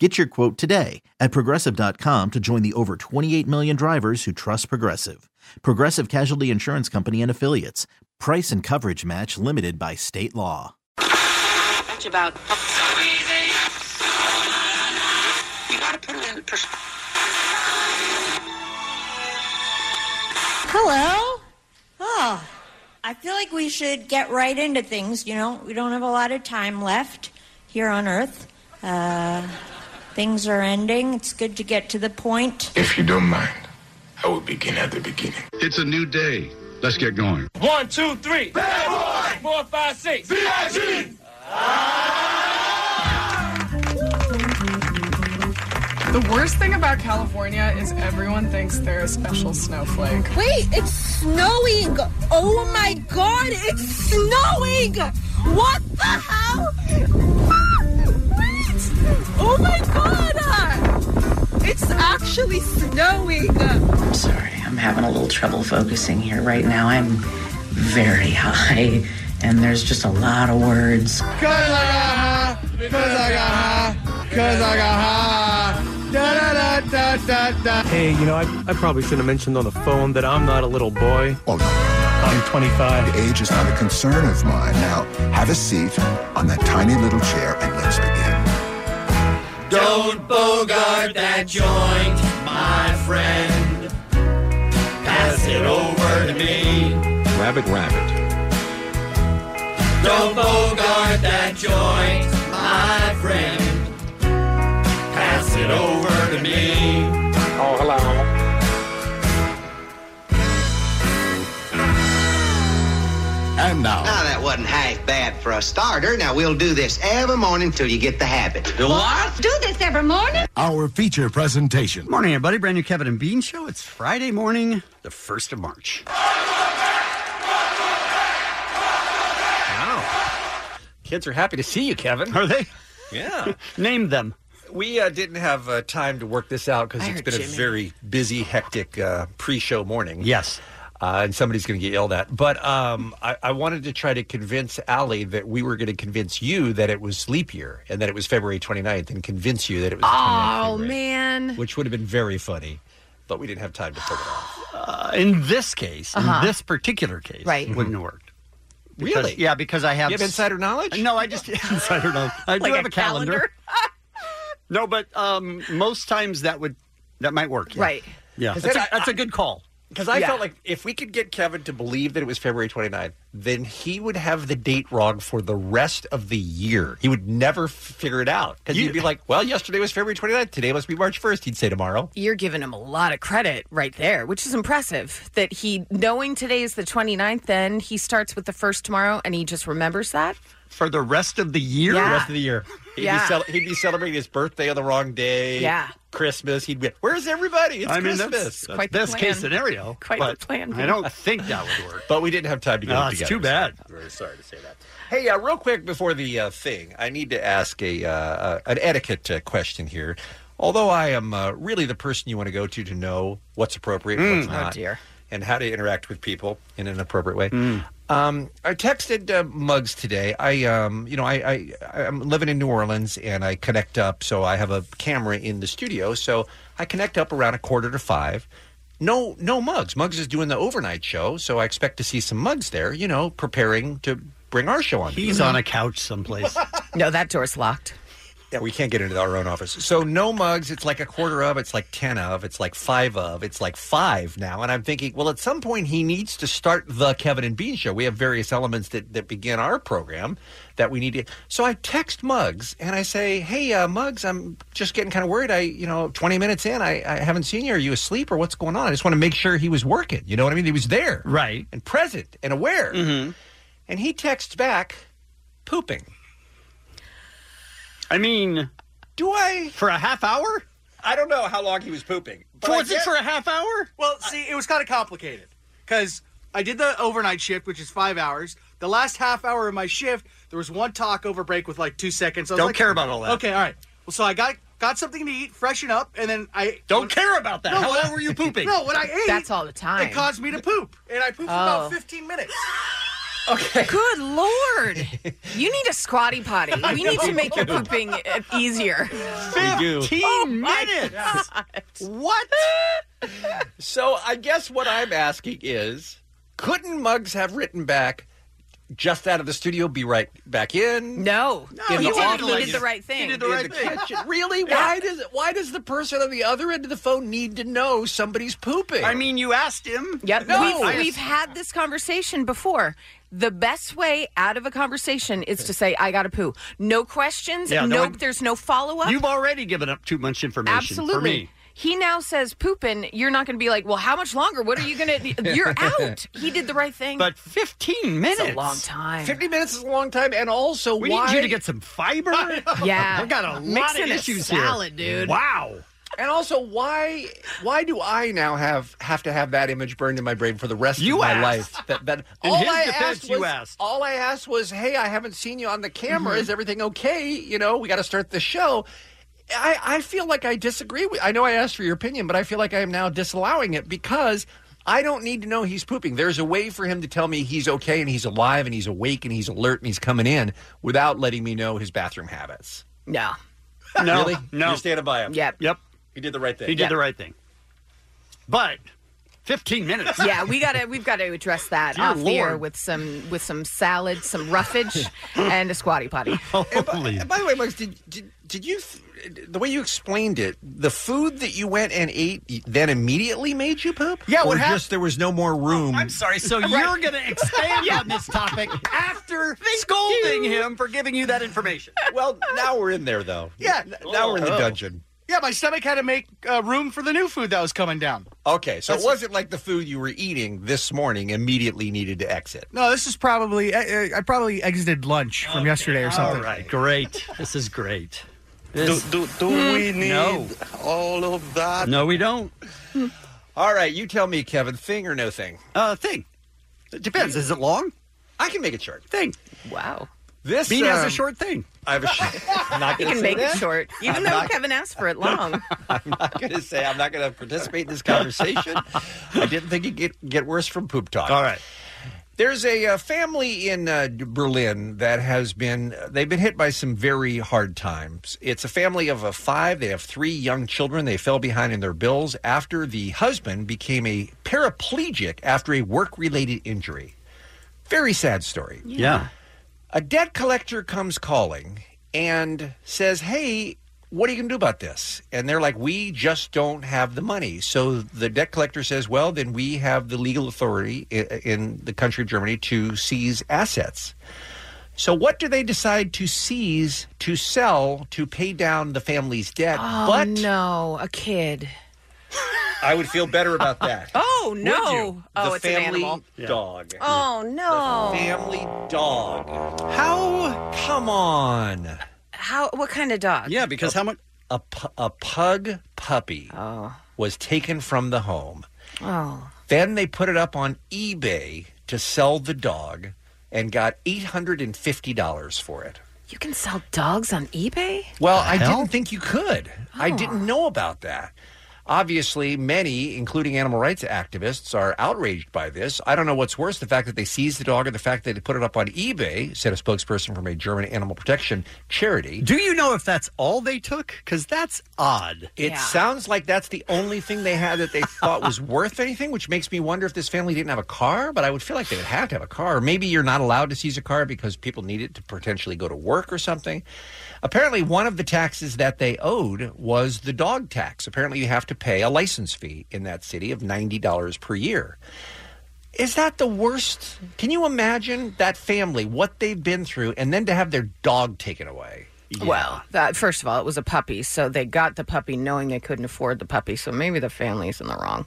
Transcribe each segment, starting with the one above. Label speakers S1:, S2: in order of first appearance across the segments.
S1: Get your quote today at progressive.com to join the over 28 million drivers who trust Progressive. Progressive Casualty Insurance Company and Affiliates. Price and coverage match limited by state law.
S2: Much about. You gotta put it in pers-
S3: Hello? Oh, I feel like we should get right into things, you know? We don't have a lot of time left here on Earth. Uh, things are ending. It's good to get to the point.
S4: If you don't mind, I will begin at the beginning.
S5: It's a new day. Let's get going.
S6: One, two, three. Bad boy. Four, five, six.
S4: VIG!
S7: Ah. The worst thing about California is everyone thinks they're a special snowflake.
S8: Wait, it's snowing! Oh my god, it's snowing! What the hell? Ah, Wait! Oh my god! It's actually snowing!
S9: I'm sorry, I'm having a little trouble focusing here right now. I'm very high, and there's just a lot of words.
S10: Hey, you know, I, I probably shouldn't have mentioned on the phone that I'm not a little boy.
S11: Well, I'm
S10: 25.
S11: Oh, Age is not a concern of mine. Now, have a seat on that tiny little chair and let's begin.
S12: Don't bogart that joint, my friend. Pass it over to me.
S13: Rabbit, rabbit.
S12: Don't bogart that joint, my friend. Pass it over to me.
S13: Oh, hello.
S4: And now,
S14: Now that wasn't half bad for a starter. Now we'll do this every morning till you get the habit.
S12: The what?
S8: Do this every morning?
S4: our feature presentation.
S15: Morning, everybody. Brand new Kevin and Bean show. It's Friday morning, the 1st of March.
S13: Kids are happy to see you, Kevin.
S15: Are they?
S13: Yeah.
S15: Name them.
S13: we uh, didn't have uh, time to work this out because it's been a very busy, hectic uh, pre show morning.
S15: Yes.
S13: Uh, and somebody's going to get yelled at. But um, I, I wanted to try to convince Allie that we were going to convince you that it was leap year and that it was February 29th and convince you that it was. Oh, man. Which would have been very funny, but we didn't have time to pull it off.
S15: Uh, in this case, in this particular case,
S16: Right.
S15: wouldn't have worked.
S13: Really?
S15: Because- Yeah, because I have.
S13: You have insider knowledge?
S15: No, I just insider knowledge. I do have a calendar. no, but um, most times that would that might work. yeah.
S16: Right.
S15: Yeah, that's a, that's a good call.
S13: Because I
S16: Yeah.
S13: felt like if we could get Kevin to believe that it was February 29th, then he would have the date wrong for the rest of the year. He would never f- figure it out. Because
S15: You-
S13: he'd be like, well, yesterday was February 29th. Today must be March 1st. He'd say tomorrow.
S16: You're giving him a lot of credit right there, which is impressive that he, knowing today is the 29th, then he starts with the first tomorrow and he just remembers that.
S15: For the rest of the year,
S16: Yeah.
S13: The rest of the year. He'd,
S16: Yeah.
S13: be cel- he'd be celebrating his birthday on the wrong day.
S16: Yeah.
S13: Christmas. He'd be, where's everybody? It's
S15: I mean,
S13: Christmas.
S15: that's, that's
S16: quite the
S15: best case
S16: plan.
S15: scenario.
S16: Quite the
S15: but
S16: plan,
S15: I don't think that would work.
S13: but we didn't have time to get
S15: Ah,
S13: it
S15: it's
S13: together.
S15: too bad.
S13: so I'm very sorry to say that. Hey, uh, real quick before the uh, thing, I need to ask a uh, uh, an etiquette uh, question here. Although I am uh, really the person you want to go to to know what's appropriate and what's not,
S16: dear.
S13: and how to interact with people in an appropriate way. Um, I texted uh, Mugs today. I, um, you know, I, I I'm living in New Orleans and I connect up, so I have a camera in the studio, so I connect up around a quarter to five. No, no Mugs. Mugs is doing the overnight show, so I expect to see some Mugs there. You know, preparing to bring our show on.
S15: He's on a couch someplace.
S16: No, that door's locked.
S13: Yeah, we can't get into our own office. So no mugs. It's like a quarter of. It's like ten of. It's like five of. It's like five now. And I'm thinking, well, at some point he needs to start the Kevin and Bean show. We have various elements that that begin our program that we need to. So I text Mugs and I say, Hey, uh, Mugs, I'm just getting kind of worried. I, you know, 20 minutes in, I, I haven't seen you. Are you asleep or what's going on? I just want to make sure he was working. You know what I mean? He was there,
S15: Right.
S13: and present and aware. And he texts back, pooping.
S15: I mean,
S13: Do I?
S15: for a half hour?
S13: I don't know how long he was pooping. but I
S15: was it
S13: guess-
S15: for a half hour?
S17: Well, see, it was kind of complicated because I did the overnight shift, which is five hours. The last half hour of my shift, there was one talk over break with like two seconds. I was
S18: Don't
S17: like,
S18: care about all that.
S17: Okay, all right. Well, so I got got something to eat, freshen up, and then I
S18: Don't care about that. How
S17: what
S18: long
S17: I-
S18: were you pooping?
S17: No, what I ate.
S18: That's all the time.
S17: It caused me to poop, and I pooped for
S16: Oh.
S17: about fifteen minutes.
S16: Okay. Good lord. You need a squatty potty.
S17: I
S16: We need
S17: know.
S16: to make your pooping uh, easier. Oh,
S18: do. 15 minutes. What? So I guess what I'm asking is, couldn't Muggs have written back just out of the studio, be right back in?
S16: No,
S18: in
S16: he
S18: the
S16: did- he
S18: office,
S16: did the right thing. He did the
S18: in
S16: right
S18: the
S16: thing.
S18: kitchen. Really? Why does why does the person on the other end of the phone need to know somebody's pooping?
S16: I
S18: mean, you asked him.
S16: Yep.
S18: No,
S16: We've, we've had this conversation before. The best way out of a conversation is to say, I got to poo. No questions.
S15: Yeah,
S16: no,
S15: no one-
S16: there's no follow up.
S15: You've already given up too much information
S16: Absolutely.
S15: for me.
S16: He now says pooping. You're not going to be like, well, how much longer? What are you going to? You're out. He did the right thing.
S15: But 15
S16: It's
S15: minutes.
S16: a long time.
S13: 50 minutes is a long time, and also
S15: We
S13: why...
S15: need you to get some fiber.
S16: Yeah.
S15: I've got a lot
S13: Mixing
S15: of
S13: a
S15: issues
S13: salad,
S15: here.
S13: dude.
S15: Wow.
S13: And also, why why do I now have have to have that image burned in my brain for the rest
S15: You
S13: of my
S15: asked.
S13: life? That, that
S15: In
S13: all
S15: his
S13: I
S15: defense,
S13: asked
S15: you
S13: was,
S15: asked.
S13: All I asked was, "Hey, I haven't seen you on the camera.
S15: Mhm.
S13: Is everything okay? You know, we got to start the show." I, I feel like I disagree with. I know I asked for your opinion, but I feel like I am now disallowing it because I don't need to know he's pooping. There's a way for him to tell me he's okay and he's alive and he's awake and he's alert and he's coming in without letting me know his bathroom habits.
S16: No.
S15: No,
S13: really?
S15: no.
S13: You're standing by him.
S16: Yep.
S15: Yep.
S13: He did the right thing.
S15: He did the right thing. But 15 minutes.
S16: yeah, we gotta we've got to address that
S15: Dear
S16: off the air
S15: Lord.
S16: with some with some salad, some roughage, and a squatty potty.
S15: Oh, Holy.
S13: By the way, Muggs, did, did did you the way you explained it, the food that you went and ate then immediately made you poop?
S15: Yeah,
S13: or
S15: what hap-
S13: just there was no more room.
S15: Oh, I'm sorry. So
S13: Right.
S15: you're going to expand on this topic after scolding him for giving you that information.
S13: Well, now we're in there though.
S17: Yeah. Oh.
S13: Now we're in the dungeon.
S17: Yeah, my stomach had to make uh, room for the new food that was coming down.
S13: Okay, so
S17: That's-
S13: it wasn't like the food you were eating this morning immediately needed to exit.
S17: No, this is probably I, I- I probably exited lunch from yesterday or something.
S15: All right, great. This is great.
S13: Do- do- do we need
S15: all of that? Hmm. No, we don't.
S16: Hmm.
S13: All right, you tell me, Kevin, thing or no thing?
S15: Uh, thing. It depends. Is it long?
S13: I can make it short.
S15: Thing.
S16: Wow.
S13: This
S15: Bean has
S13: um,
S15: a short thing.
S13: I have a short. I'm not
S16: You
S13: gonna say
S16: can make
S13: that.
S16: it short, even
S13: I'm
S16: though
S13: not-
S16: Kevin asked
S13: uh,
S16: for it long.
S13: I'm not going to say I'm not going to participate in this conversation. I didn't think it get get worse from poop talk. All
S15: right.
S13: There's a uh, family in uh, Berlin that has been they've been hit by some very hard times. It's a family of uh, five. They have three young children. They fell behind in their bills after the husband became a paraplegic after a work related injury. Very sad story.
S15: Yeah.
S13: A debt collector comes calling and says, Hey, what are you going to do about this? And they're like, We just don't have the money. So the debt collector says, Well, then we have the legal authority i- in the country of Germany to seize assets. So what do they decide to seize to sell to pay down the family's debt?
S16: Oh
S13: but
S16: no, a kid.
S13: I would feel better about that.
S16: Oh
S13: Would
S16: no.
S13: you?
S16: Oh,
S13: the
S16: it's an
S13: family
S16: animal.
S13: dog.
S16: Oh no.
S13: Family dog. How? Come on.
S16: How? What kind of dog?
S15: Yeah, because how much?
S13: A, pu- a pug puppy was taken from the home.
S16: Oh.
S13: Then they put it up on eBay to sell the dog and got $850 for it.
S16: You can sell dogs on eBay?
S13: Well,
S16: The
S13: I
S16: hell?
S13: didn't think you could. I
S16: Oh.
S13: didn't know about that. Obviously, many, including animal rights activists, are outraged by this. I don't know what's worse the fact that they seized the dog or the fact that they put it up on eBay, said a spokesperson from a German animal protection charity.
S15: Do you know if that's all they took? Because that's odd.
S13: It sounds like that's the only thing they had that they thought was worth anything, which makes me wonder if this family didn't have a car. But I would feel like they would have to have a car. Maybe you're not allowed to seize a car because people need it to potentially go to work or something. Apparently, one of the taxes that they owed was the dog tax. Apparently, you have to pay a license fee in that city of $90 per year. Is that the worst? Can you imagine that family, what they've been through, and then to have their dog taken away?
S16: Well, that, first of all, it was a puppy, so they got the puppy knowing they couldn't afford the puppy. So maybe the family's in the wrong.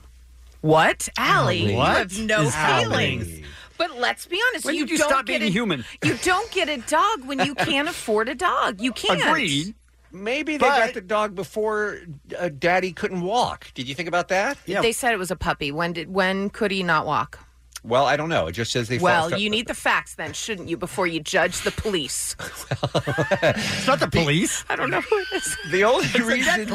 S16: What, Allie? You
S15: What
S16: have no
S15: is happening?
S16: feelings. But let's be honest.
S15: When did you
S16: don't
S15: stop
S16: get
S15: being
S16: a,
S15: human?
S16: You don't get a dog when you can't afford a dog. You can't.
S15: Agreed.
S13: Maybe they got the dog before uh, Daddy couldn't walk. Did you think about that?
S16: They said it was a puppy. When did when could he not walk?
S13: Well, I don't know. It just says they.
S16: well,
S13: falsif-
S16: you need the facts then, shouldn't you, before you judge the police?
S13: It's not the police.
S16: I don't know who it is.
S13: The only reason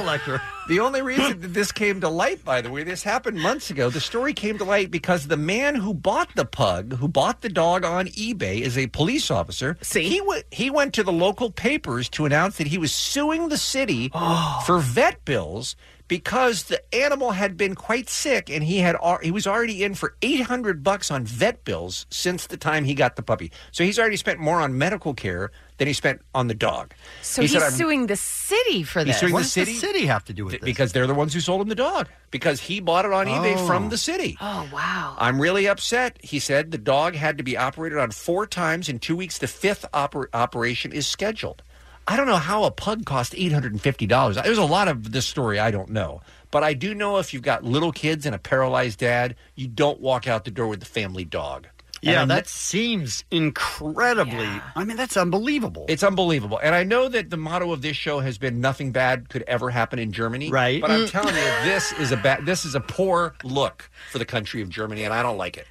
S13: The only reason that this came to light, by the way, this happened months ago. The story came to light because the man who bought the pug, who bought the dog on eBay, is a police officer. See, he went he went to the local papers to announce that he was suing the city
S16: Oh.
S13: for vet bills because the animal had been quite sick and he had al- he was already in for 800 bucks on vet bills since the time he got the puppy. So he's already spent more on medical care than he spent on the dog.
S16: So
S13: He said,
S16: he's
S13: "I'm-
S16: suing the city for
S13: He's
S16: this.
S13: suing the city. have to do with it? Because they're the ones who sold him the dog. Because he bought it on eBay from the city.
S16: Oh wow!
S13: I'm really upset. He said the dog had to be operated on four times in two weeks. The fifth oper- operation is scheduled. I don't know how a pug cost eight hundred and fifty dollars. There's a lot of this story I don't know, but I do know if you've got little kids and a paralyzed dad, you don't walk out the door with the family dog. And
S15: Yeah,
S13: I'm-
S15: that seems incredibly. I mean, that's unbelievable.
S13: It's unbelievable. And I know that the motto of this show has been nothing bad could ever happen in Germany. Right. But I'm
S15: Mm.
S13: telling you, this is a bad this is a poor look for the country of Germany, and I don't like it.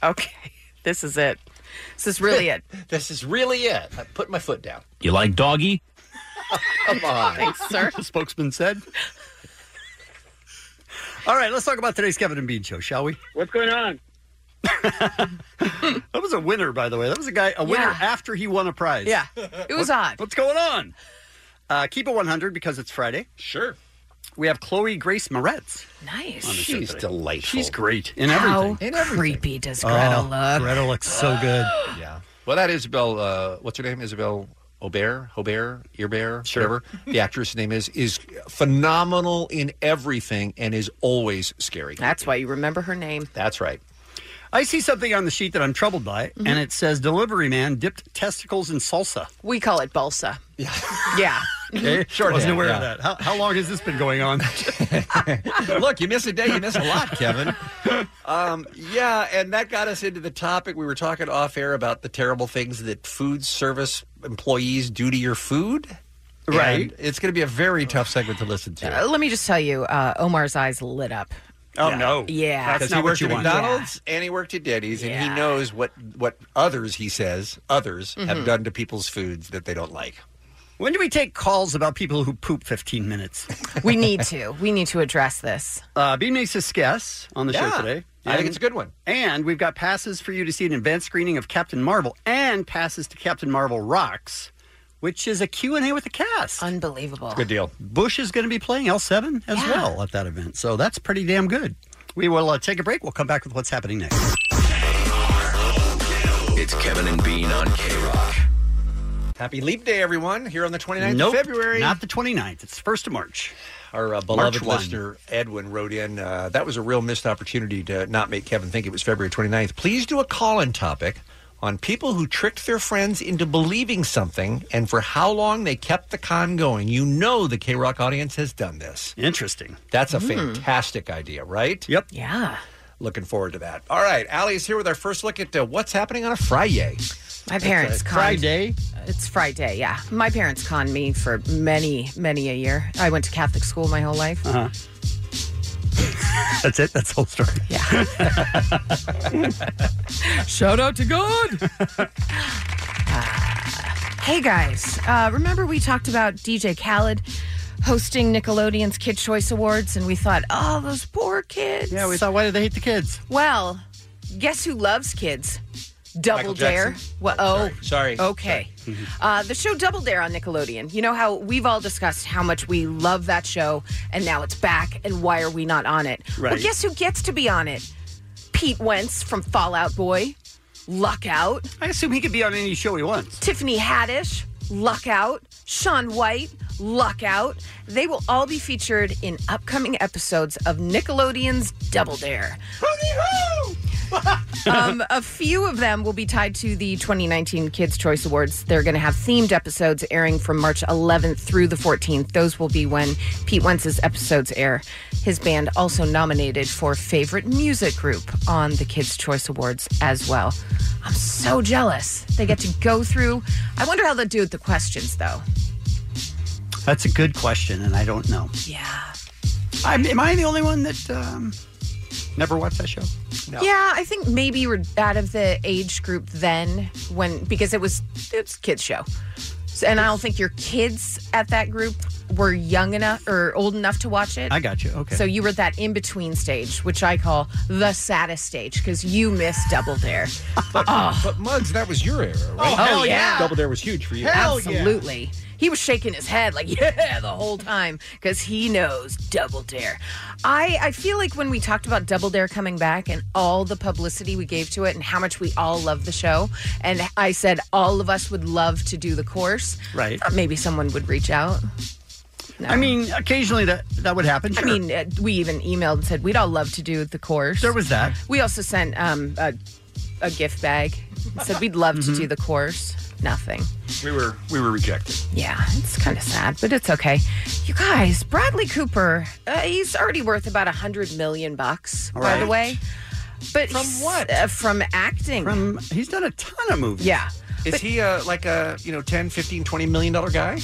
S16: Okay. This is it. This is really it.
S13: this is really it. I put my foot down.
S15: You like doggy?
S13: Come on.
S16: Thanks, sir.
S15: the spokesman said. All right, let's talk about today's Kevin and Bean show, shall we?
S19: What's going on?
S15: That was a winner, by the way. That was a guy, a winner
S16: Yeah.
S15: after he won a prize.
S16: Yeah. It was
S15: What-
S16: odd.
S15: What's going on? Uh, keep it 100 because it's Friday.
S13: Sure.
S15: We have Chloe Grace Moretz.
S16: Nice.
S15: on the show today.
S13: delightful.
S15: She's great in
S16: How
S15: everything.
S16: creepy does
S15: Oh,
S16: Gretel look?
S15: Gretel looks so good.
S13: yeah. Well, that Isabel, uh, what's her name? Isabel Aubert, Aubert, Earbert, whatever the actress' name is, is phenomenal in everything and is always scary.
S16: That's why you remember her name.
S13: That's right.
S15: I see something on the sheet that I'm troubled by,
S16: Mm-hmm.
S15: and it says delivery man dipped testicles in salsa.
S16: We call it balsa. Yeah. Yeah.
S15: Okay,
S13: Shorthand,
S15: wasn't aware
S13: yeah.
S15: of that. How, how long has this been going on?
S13: Look, you miss a day, you miss a lot, Kevin. Um, yeah, and that got us into the topic. We were talking off air about the terrible things that food service employees do to your food.
S16: Right.
S13: And it's going to be a very tough segment to listen to.
S16: Uh, let me just tell you, uh, Omar's eyes lit up.
S15: Oh no!
S16: Yeah.
S13: because
S16: That's not
S13: he
S16: what
S13: worked
S16: you
S13: at
S16: want.
S13: McDonald's and he worked at Denny's, and he knows what what others he says others
S15: Mhm.
S16: Mm-hmm.
S13: have done to people's foods that they don't like.
S15: When do we take calls about people who poop 15 minutes?
S16: We need to. We need to address this.
S15: Uh, Bean makes his guess on the
S16: Yeah.
S15: show today.
S16: I think it's a
S13: good one.
S15: And we've got passes for you to see an advanced screening of Captain Marvel and passes to Captain Marvel Rocks, which is a Q&A with the cast.
S16: Unbelievable.
S15: Good deal. Bush is going to be playing L7 as well at that event. So that's pretty damn good. We will uh, take a break. We'll come back with what's happening next.
S20: It's Kevin and Bean on K Rock.
S13: Happy Leap Day, everyone, here on the 29th
S15: Nope,
S13: of February.
S15: Not the 29th. It's 1st of March.
S13: Our uh,
S15: March
S13: beloved
S15: 1.
S13: listener Edwin wrote in. Uh, that was a real missed opportunity to not make Kevin think it was February 29th. Please do a call in topic on people who tricked their friends into believing something and for how long they kept the con going. You know the K Rock audience has done this.
S15: Interesting.
S13: That's a
S15: Hmm.
S13: fantastic idea, right?
S15: Yep.
S16: Mm. Yeah.
S13: Looking forward to that. All right, Allie is here with our first look at uh, what's happening on a Friday.
S16: My parents
S13: It's a
S16: conned.
S13: Friday?
S16: It's Friday, yeah. My parents conned me for many, many a year. I went to Catholic school my whole life.
S15: Uh-huh. That's it. That's the whole story.
S16: Yeah.
S15: Uh-huh.
S16: Shout out to God. Hey guys, uh, remember we talked about DJ Khaled hosting Nickelodeon's Kid Choice Awards, and we thought, oh, those poor kids.
S15: Yeah, we thought, why do they hate the kids?
S16: Well, guess who loves kids? Double
S15: Michael
S16: Dare.
S15: Jackson.
S16: Well, oh,
S13: Sorry. Mm-hmm.
S16: Okay. Uh, the show Double Dare on Nickelodeon. You know how we've all discussed how much we love that show, and now it's back, and why are we not on it? Well,
S15: Right.
S16: guess who gets to be on it? Pete Wentz from Fallout Boy, luck out.
S15: I assume he could be on any show he wants.
S16: Tiffany Haddish, luck out. Sean White, luck out. They will all be featured in upcoming episodes of Nickelodeon's Double Dare. um, a few of them will be tied to the 2019 Kids' Choice Awards. They're going to have themed episodes airing from March 11th through the 14th. Those will be when Pete Wentz's episodes air. His band also nominated for Favorite Music Group on the Kids' Choice Awards as well. I'm so jealous. They get to go through. I wonder how they'll do with the questions, though.
S15: That's a good question, and I don't know.
S16: Yeah.
S15: I'm, am I the only one that um,
S13: Never watched that show?
S16: Yeah, I think maybe you were out of the age group then when because it was it's a kids show, so, and I don't think your kids at that group were young enough or old enough to watch it.
S15: I got you. Okay.
S16: So you were at that in between stage, which I call the saddest stage because you missed Double Dare. Ah.
S13: But, but Muggs, that was your era, right?
S16: Oh, hell Oh, yeah. yeah.
S13: Double Dare was huge for you.
S16: Absolutely. He was shaking his head like, yeah, the whole time because he knows Double Dare. I, I feel like when we talked about Double Dare coming back and all the publicity we gave to it and how much we all love the show, and I said all of us would love to do the course,
S15: Right.
S16: thought maybe someone would reach out.
S15: I mean, occasionally that that would happen.
S16: I mean, uh, we even emailed and said we'd all love to do the course. There
S15: was that.
S16: We also sent um, a, a gift bag. Said we'd love
S15: Mm-hmm.
S16: to do the course. Nothing.
S18: We were we were rejected.
S16: Yeah, it's kind of sad, but it's okay. You guys, Bradley Cooper, uh, he's already worth about a hundred million bucks,
S15: All
S16: by the
S15: right.
S16: way. But from what? Uh, from acting.
S15: From he's done a ton of movies.
S16: Yeah.
S13: Is he uh, like a you know 10, 15, 20 million dollar guy?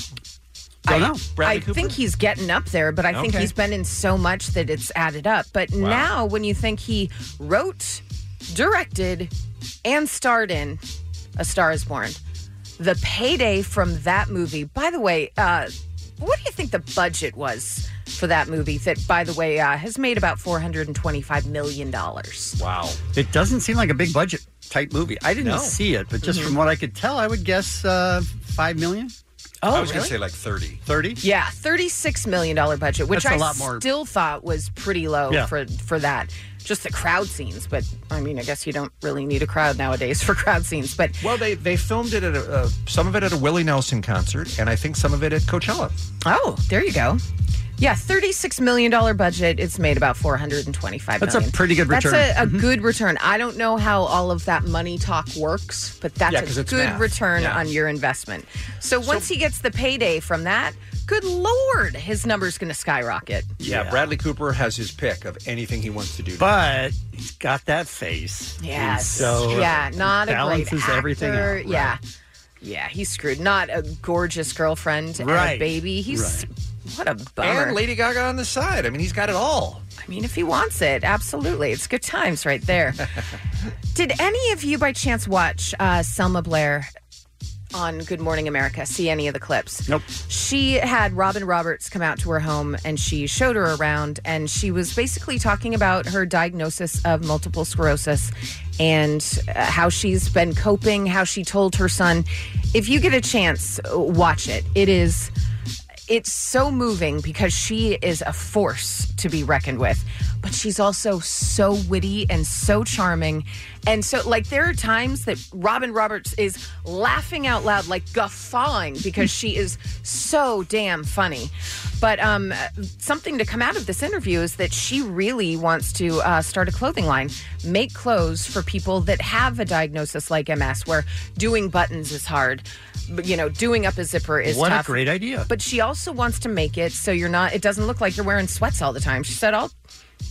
S16: I
S13: know. Bradley
S16: I
S13: Cooper?
S16: think he's getting up there, but I think
S13: Okay.
S16: he's been in so much that it's added up. But
S13: Wow.
S16: now, when you think he wrote, directed, and starred in A Star is Born, the payday from that movie, by the way, uh, what do you think the budget was for that movie that, by the way, uh, has made about $425 million?
S13: Wow.
S15: It doesn't seem like a big budget type movie. I didn't
S16: No.
S15: see it, but just
S16: Mhm.
S15: from what I could tell, I would guess uh, five million.
S16: Oh,
S13: I was
S16: really?
S13: gonna say like thirty.
S15: Thirty?
S16: Yeah, $36 million budget, which
S15: That's
S16: I
S15: a lot more.
S16: still thought was pretty low
S15: Yeah.
S16: for, for that. Just the crowd scenes, but I mean, I guess you don't really need a crowd nowadays for crowd scenes. But
S13: Well, they they filmed it at a, uh, some of it at a Willie Nelson concert, and I think some of it at Coachella.
S16: oh, there you go. Yeah, thirty-six million dollar budget. It's made about four hundred and twenty-five.
S15: That's a pretty good return. Mm-hmm.
S16: That's a, a good return. I don't know how all of that money talk works, but
S15: Yeah,
S16: that's
S15: 'cause
S16: a
S15: it's
S16: good
S15: math.
S16: return
S15: Yeah.
S16: on your investment. So once he gets the payday from that, good lord, his number's going to skyrocket.
S13: Yeah, Bradley Cooper has his pick of anything he wants to do.
S15: But he's got that face.
S16: Yes.
S15: And so
S16: yeah, not a great
S15: balances everything
S16: actor.
S15: out,
S16: Yeah. Yeah, he's screwed. Not a gorgeous girlfriend and a
S13: Right.
S16: baby. He's what a bummer.
S13: And Lady Gaga on the side. I mean, he's got it all.
S16: I mean, if he wants it, absolutely. It's good times right there. Did any of you by chance watch uh, Selma Blair on Good Morning America? See any of the clips?
S15: Nope.
S16: She had Robin Roberts come out to her home and she showed her around and she was basically talking about her diagnosis of multiple sclerosis and uh, how she's been coping, how she told her son. If you get a chance, uh, watch it. It is it's so moving because she is a force to be reckoned with but she's also so witty and so charming and so like there are times that robin roberts is laughing out loud like guffawing because she is so damn funny but um, something to come out of this interview is that she really wants to uh, start a clothing line make clothes for people that have a diagnosis like ms where doing buttons is hard but, you know doing up a zipper is
S15: What a
S16: tough.
S15: great idea.
S16: But she also wants to make it so you're not. It doesn't look like you're wearing sweats all the time. She said, "I'll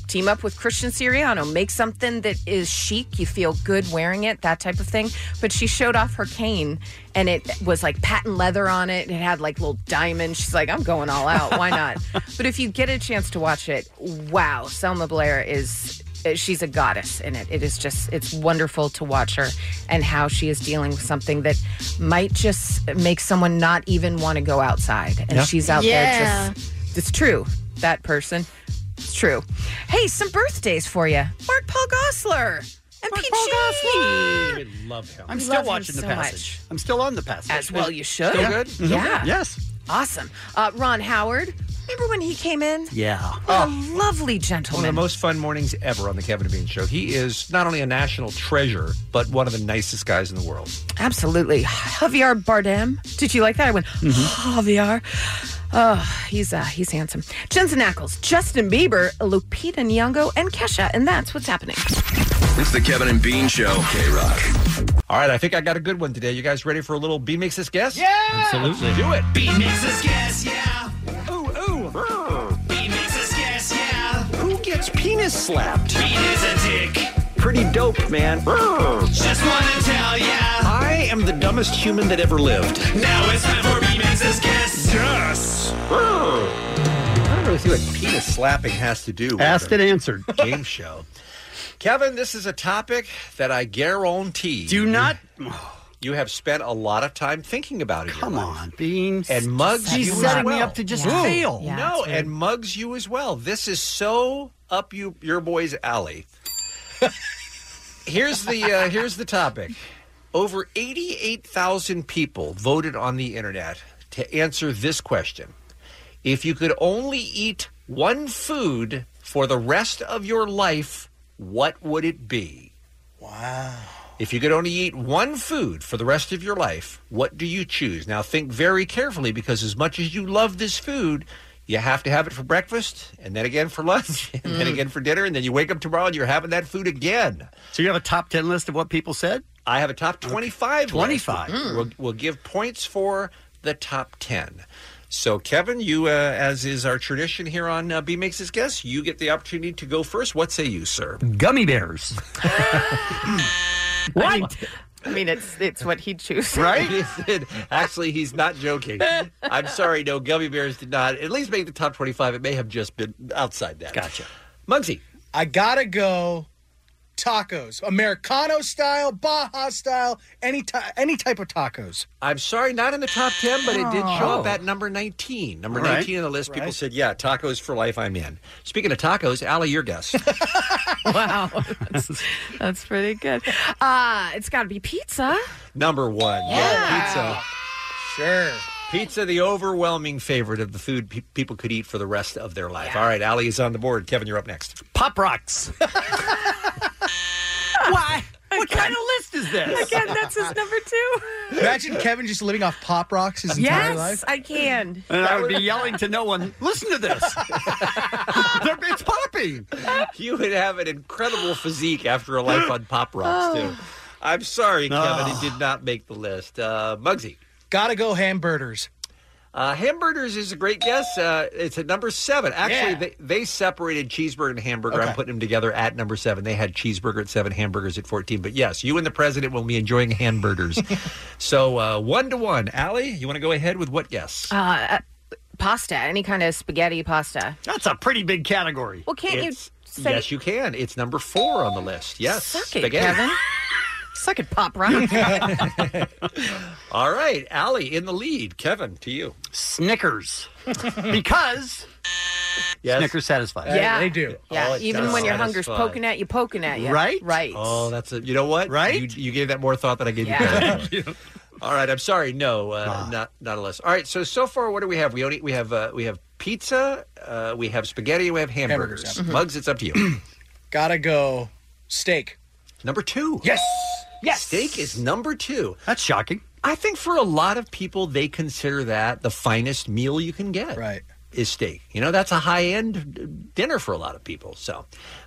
S16: team up with Christian Siriano, make something that is chic. You feel good wearing it, that type of thing." But she showed off her cane, and it was like patent leather on it. and It had like little diamonds. She's like, "I'm going all out. Why not?" but if you get a chance to watch it, wow, Selma Blair is. uh, She's a goddess in it. It is just, it's wonderful to watch her and how she is dealing with something that might just make someone not even want to go outside. And
S9: Yeah.
S16: she's out
S9: Yeah.
S16: there just, it's true. That person, it's true. Hey, some birthdays for you. Mark Paul Gossler and Pete Sheen.
S13: love him.
S15: I'm
S16: We
S15: still
S16: love him
S15: watching the
S16: so
S15: passage. I'm still on the passage.
S16: As well you should.
S15: Still
S16: Yeah.
S15: good? Mhm.
S16: Yeah.
S15: Yes.
S16: Awesome. Uh, Ron Howard. Remember when he came in?
S15: Yeah.
S16: What a lovely
S13: One of
S16: gentleman.
S13: the most fun mornings ever on the Kevin and Bean Show. He is not only a national treasure, but one of the nicest guys in the world.
S16: Absolutely. Javier Bardem. Did you like that? I went, Javier. Oh, he's uh, he's handsome. Jensen Ackles, Justin Bieber, Lupita Nyong'o, and Kesha, and that's what's happening.
S20: It's the Kevin and Bean Show. K Rock.
S13: All right, I think I got a good one today. You guys ready for a little B makes this guess? Yeah,
S20: Absolutely.
S13: do it.
S8: B makes us guess, yeah. Ooh, ooh. B makes us guess, yeah. Who gets penis slapped? Bean is a dick.
S18: Pretty dope, man.
S8: Just wanna tell ya.
S18: I am the dumbest human that ever lived.
S8: Now it's time for B makes us guess. Yes.
S13: I don't really see what penis slapping has to do. with
S15: Asked
S13: a
S15: and answered.
S13: Game show. Kevin, this is a topic that I guarantee. Do
S15: not.
S13: You have spent a lot of time thinking about it. Come on,
S15: Beans.
S13: And Mugs,
S15: She's
S13: you
S15: setting
S13: as
S15: me
S13: well.
S15: up to just Yeah. fail. Yeah,
S13: no,
S15: it's weird.
S13: and Mugs, you as well. This is so up you your boy's alley. here's the uh, here's the topic. Over eighty-eight thousand people voted on the internet to answer this question: If you could only eat one food for the rest of your life, what would it be? Wow. If you could only eat one food for the rest of your life, what do you choose? Now think very carefully because as much as you love this food, you have to have it for breakfast and then again for lunch and
S15: Mm.
S13: then again for dinner and then you wake up tomorrow and you're having that food again.
S15: So you have a top 10 list of what people said? Mm.
S13: I have a top 25. list.
S15: 25.
S13: We'll- We'll, we'll give points for the top 10. So, Kevin, you, uh, as is our tradition here on uh, B Makes His Guess, you get the opportunity to go first. What say you, sir?
S15: Gummy bears.
S13: What?
S16: I mean, it's it's what he'd choose,
S13: Right? Actually, he's not joking. I'm sorry, no, gummy bears did not at least make the top 25. It may have just been outside that. Gotcha. Muggsy.
S17: I gotta go tacos, Americano style, Baja style, any ty- any type of tacos.
S13: I'm sorry, not in the top 10, but it did show
S17: Oh.
S13: up at number 19. Number
S17: All right.
S13: 19 on the list, people
S17: Right.
S13: said, yeah, tacos for life, I'm in. Speaking of tacos, Allie, your guess.
S16: wow. That's, that's pretty good. Uh, it's got to be pizza.
S13: Number one. Yeah. pizza. Sure. Pizza, the overwhelming favorite of the food pe- people could eat for the rest of their life. All right, Allie is on the board. Kevin, you're up next.
S15: Pop rocks. Why? What kind of list is this?
S16: Again, that's his number two.
S17: Imagine Kevin just living off Pop Rocks his entire
S16: Yes,
S17: life.
S16: I can.
S15: And I would be yelling to no one, listen to this. They're- it's popping.
S13: You would have an incredible physique after a life on Pop Rocks,
S17: Oh.
S13: too. I'm sorry, Kevin,
S17: Oh.
S13: it did not make the list. Uh, Muggsy.
S17: Gotta go hamburgers.
S13: Uh, hamburgers is a great guess. Uh, it's at number seven. Actually,
S17: Yeah.
S13: they, they separated cheeseburger and hamburger.
S17: Okay.
S13: I'm putting them together at number seven. They had cheeseburger at seven, hamburgers at 14. But yes, you and the president will be enjoying hamburgers. so uh, one to one. Allie, you want to go ahead with what guess?
S16: Uh, pasta, any kind of spaghetti pasta.
S15: That's a pretty big category.
S16: Well, can't
S13: It's-
S16: you say
S13: yes, you can. It's number four on the list. Yes.
S16: Suck it,
S13: spaghetti.
S16: Kevin. Suck it, Pop Rock.
S13: All right, Allie in the lead. Kevin, to you.
S15: Snickers. because Snickers satisfies.
S16: yeah,
S15: Oh,
S16: Yeah, even when your hunger's poking at you, poking at you.
S13: Right?
S16: Right.
S13: Oh, that's a. You know what? Right? You, you gave that more thought than I gave you. credit for. All right. I'm sorry. No, uh,
S15: Ah.
S13: not not a list. All right. So so far, what do we have? We only we have uh, we have pizza, uh, we have spaghetti, we have hamburgers.
S17: Hamburgers, yeah.
S13: Mugs, it's up to you.
S17: Gotta go steak.
S13: Number two.
S17: Yes.
S13: Yes. Steak is number two.
S15: That's shocking.
S13: I think for a lot of people, they consider that the finest meal you can get. Right. Is steak. You know, that's a high end dinner for a lot of people. So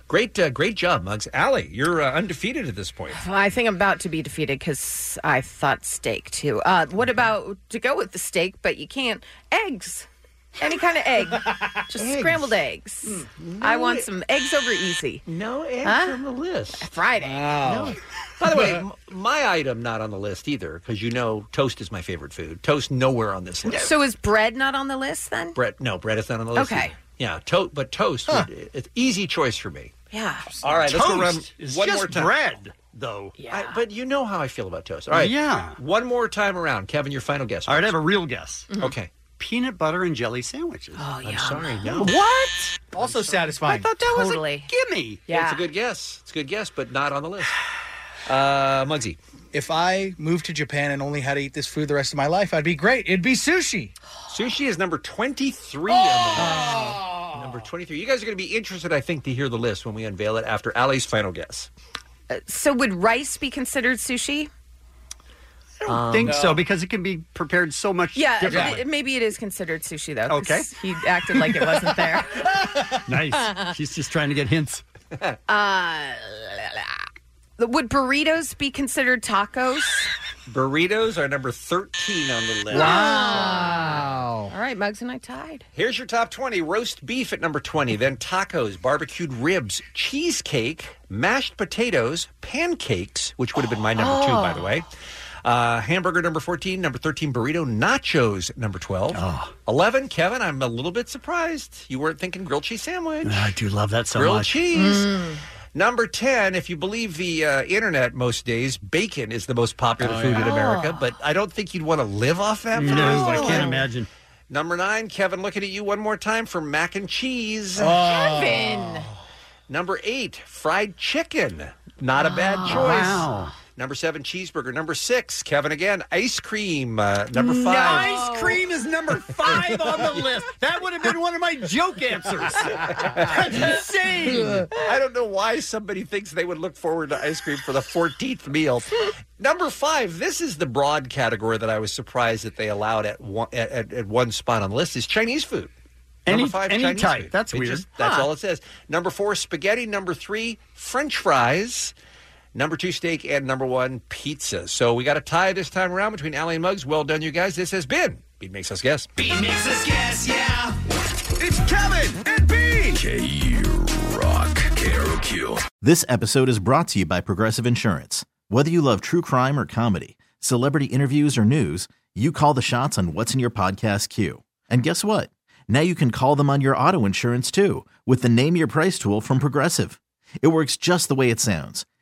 S13: great, uh, great job, Muggs. Allie, you're uh, undefeated at this point.
S16: Well, I think I'm about to be defeated because I thought steak too. Uh, what about to go with the steak, but you can't? Eggs. Any kind of egg. Just scrambled eggs. I want
S13: e-
S16: some eggs over easy.
S13: No eggs on the list.
S16: Friday.
S13: No. Oh. By the way, m- my item not on the list either because you know toast is my favorite food. Toast nowhere on this list.
S16: So is bread not on the list then?
S13: bread, no bread is not on the list.
S16: Okay.
S13: either. Yeah, to- but toast, would, it's easy choice for me.
S16: Yeah.
S13: All right, let's go
S15: Toast
S13: around
S15: is
S13: one
S15: just
S13: more time.
S15: bread, though.
S13: Yeah. but you know how I feel about toast. All right.
S15: Yeah.
S13: One more time around, Kevin. Your final guess.
S15: All right, I have a real guess.
S16: Mm-hmm.
S13: Okay.
S15: Peanut butter and jelly sandwiches. Oh,
S16: yeah.
S13: I'm sorry. No.
S15: What?
S17: Also satisfying.
S15: I thought that
S16: Totally.
S15: was a gimme.
S13: Yeah. It's a good guess. It's a good guess, but not on the list. Uh, Muggsy.
S17: If I moved to Japan and only had to eat this food the rest of my life, I'd be great. It'd be sushi.
S13: Sushi is number 23 on the list. Number 23. You guys are going to be interested, I think, to hear the list when we unveil it after Ali's final guess.
S16: Uh, so would rice be considered sushi?
S15: I don't
S13: Um,
S15: think so
S13: no.
S15: because it can be prepared so much
S16: Yeah,
S15: differently.
S16: it- maybe it is considered sushi though. 'cause
S15: Okay.
S16: He acted like it wasn't there.
S15: nice. She's just trying to get hints.
S16: Uh, would burritos be considered tacos?
S13: Burritos are number 13 on the list.
S16: All right, Muggs and I tied.
S13: Here's your top 20 roast beef at number 20, then tacos, barbecued ribs, cheesecake, mashed potatoes, pancakes, which would have been my number two, by
S15: Oh.
S13: the way. Uh, hamburger number 14, number 13, burrito, nachos number 12.
S15: Oh.
S13: 11, Kevin, I'm a little bit surprised. You weren't thinking grilled cheese sandwich.
S15: I do love that so
S13: grilled
S15: much. Mm.
S13: cheese. Number 10, if you believe the uh, internet most days, bacon is the most popular
S15: Oh,
S13: food
S15: yeah.
S13: in America, but I don't think you'd want to live off that. for the
S15: No,
S13: rest
S15: I
S13: of your
S15: can't
S13: life.
S15: imagine.
S13: Number 9, Kevin, looking at you one more time for mac and cheese.
S15: Oh.
S16: Kevin.
S13: Number 8, fried chicken. Not a bad choice.
S15: Wow.
S13: Number 7, cheeseburger. Number 6, Kevin again, ice cream. Uh, number 5.
S15: Ice cream is number five on the list. That would have been one of my joke answers. That's insane.
S13: I don't know why somebody thinks they would look forward to ice cream for the 14th meal. Number five, this is the broad category that I was surprised that they allowed at one, at, at, at one spot on the list is Chinese food.
S15: Any- any type. That's
S13: It
S15: weird.
S13: that's
S15: Huh.
S13: all it says. Number four, spaghetti. Number three, French fries. Number two, steak. And number one, pizza. So we got a tie this time around between Allie and Muggs. Well done, you guys. This has been Beat Makes Us Guess.
S8: Makes us guess, yeah. It's Kevin and Bean.
S20: K Rock. KROQ.
S1: This episode is brought to you by Progressive Insurance. Whether you love true crime or comedy, celebrity interviews or news, you call the shots on what's in your podcast queue. And guess what? Now you can call them on your auto insurance too with the Name Your Price tool from Progressive. It works just the way it sounds.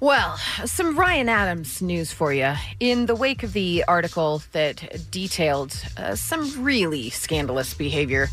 S16: Well, some Ryan Adams news for you. In the wake of the article that detailed uh, some really scandalous behavior,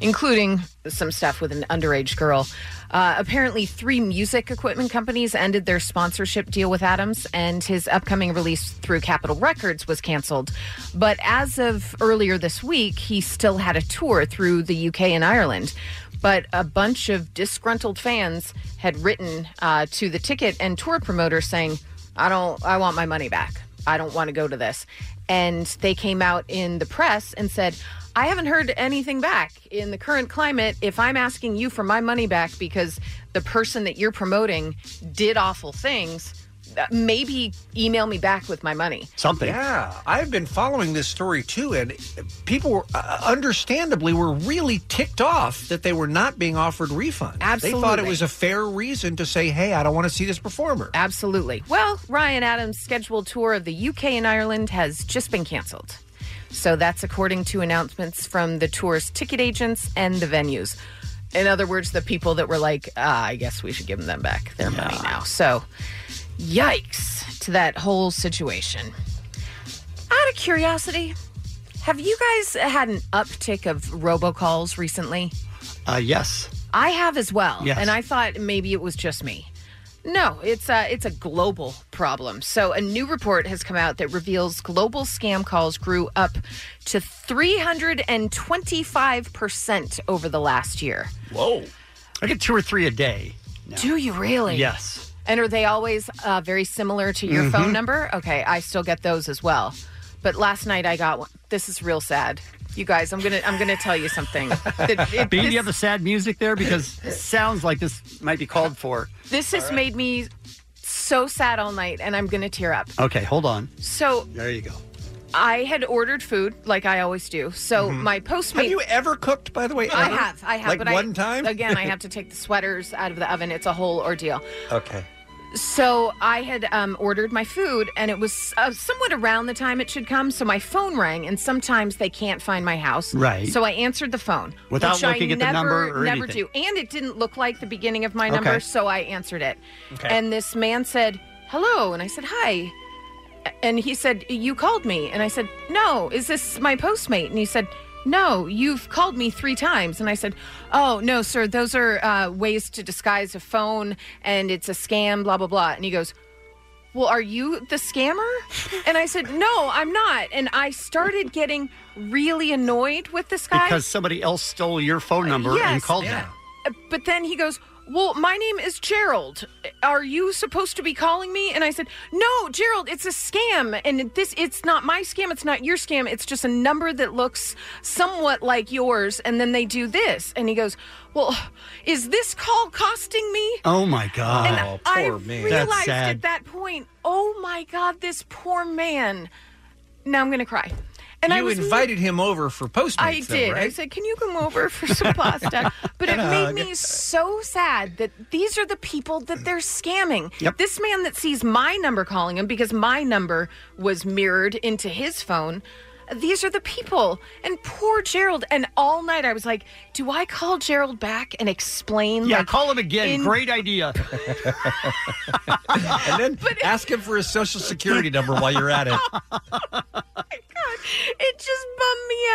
S16: including some stuff with an underage girl, uh, apparently three music equipment companies ended their sponsorship deal with Adams, and his upcoming release through Capitol Records was canceled. But as of earlier this week, he still had a tour through the UK and Ireland but a bunch of disgruntled fans had written uh, to the ticket and tour promoter saying, "I don't, I want my money back. I don't want to go to this." And they came out in the press and said, "I haven't heard anything back in the current climate. If I'm asking you for my money back because the person that you're promoting did awful things." uh, Maybe email me back with my money.
S15: Something.
S13: Yeah, I've been following this story too, and people, were, uh, understandably, were really ticked off that they were not being offered refunds. they thought it
S16: Absolutely.
S13: was a fair reason to say, "Hey, I don't want to see this performer."
S16: Absolutely. Well, Ryan Adams' scheduled tour of the UK and Ireland has just been canceled. So that's according to announcements from the tour's ticket agents and the venues. In other words, the people that were like, ah, I guess we should give them back their money now. So, yikes to that whole situation. Out of curiosity, have you guys had an uptick of robocalls recently?
S15: Uh, yes.
S16: I have as well,
S15: Yes.
S16: and I thought maybe it was just me. No, it's a it's a global problem. So a new report has come out that reveals global scam calls grew up to 325% over the last year.
S15: Whoa. I get two or three a day.
S16: Do you really?
S15: Yes.
S16: And are they always uh, very similar to your
S15: Mhm.
S16: phone number? Okay, I still get those as well. But last night I got one. This is real sad. You guys, I'm gonna I'm gonna tell you something. That it-
S15: Bean, do
S16: this-
S15: you have the sad music there? Because it sounds like this might be called for.
S16: This has made me so sad all night, and I'm going to tear up.
S15: Okay, hold on.
S16: So
S15: There you go.
S16: I had ordered food like I always do. So my postmate.
S13: Mm-hmm. Have you ever cooked, by the way?
S16: I
S13: ever?
S16: have. I have.
S13: Like
S16: but I,
S13: one time?
S16: Again, I have to take the sweaters out of the oven. It's a whole ordeal.
S13: Okay.
S16: So I had um, ordered my food, and it was uh, somewhat around the time it should come. So my phone rang, and sometimes they can't find my house.
S15: Right.
S16: So I answered the phone
S15: Without
S16: which I
S15: looking at the
S16: never,
S15: number or
S16: never
S15: anything.
S16: do, and it didn't look like the beginning of my
S15: Okay.
S16: number. So I answered it,
S15: Okay.
S16: and this man said, "Hello," and I said, "Hi." And he said, You called me. And I said, No, is this my postmate? And he said, No, you've called me three times. And I said, Oh, no, sir, those are uh, ways to disguise a phone and it's a scam, blah, blah, blah. And he goes, well, are you the scammer? And I said, no, I'm not. And I started getting really annoyed with this guy.
S15: Because somebody else stole your phone number and
S16: Yes.
S15: called you.
S16: But then he goes, Well, my name is Gerald. Are you supposed to be calling me? And I said, No, Gerald, it's a scam. And this, it's not my scam. It's not your scam. It's just a number that looks somewhat like yours. And then they do this. And he goes, Well, is this call costing me?
S15: Oh my God.
S16: And I
S15: That's
S16: realized
S15: sad.
S16: at that point, Oh my God, this poor man. Now I'm going to cry. And I
S13: you
S16: was
S13: invited him over for Postmates,
S16: I
S13: though,
S16: did. I
S13: right?
S16: said, "Can you come over for some pasta?" But it
S13: And a
S16: made
S13: hug.
S16: me so sad that these are the people that they're scamming.
S15: Yep.
S16: This man that sees my number calling him because my number was mirrored into his phone. These are the people. And poor Gerald. And all night I was like, "Do I call Gerald back and explain?"
S15: Yeah,
S16: like,
S15: call him again.
S16: in-
S15: Great idea.
S13: and then ask him for his social security number while you're at it.
S16: It just bummed me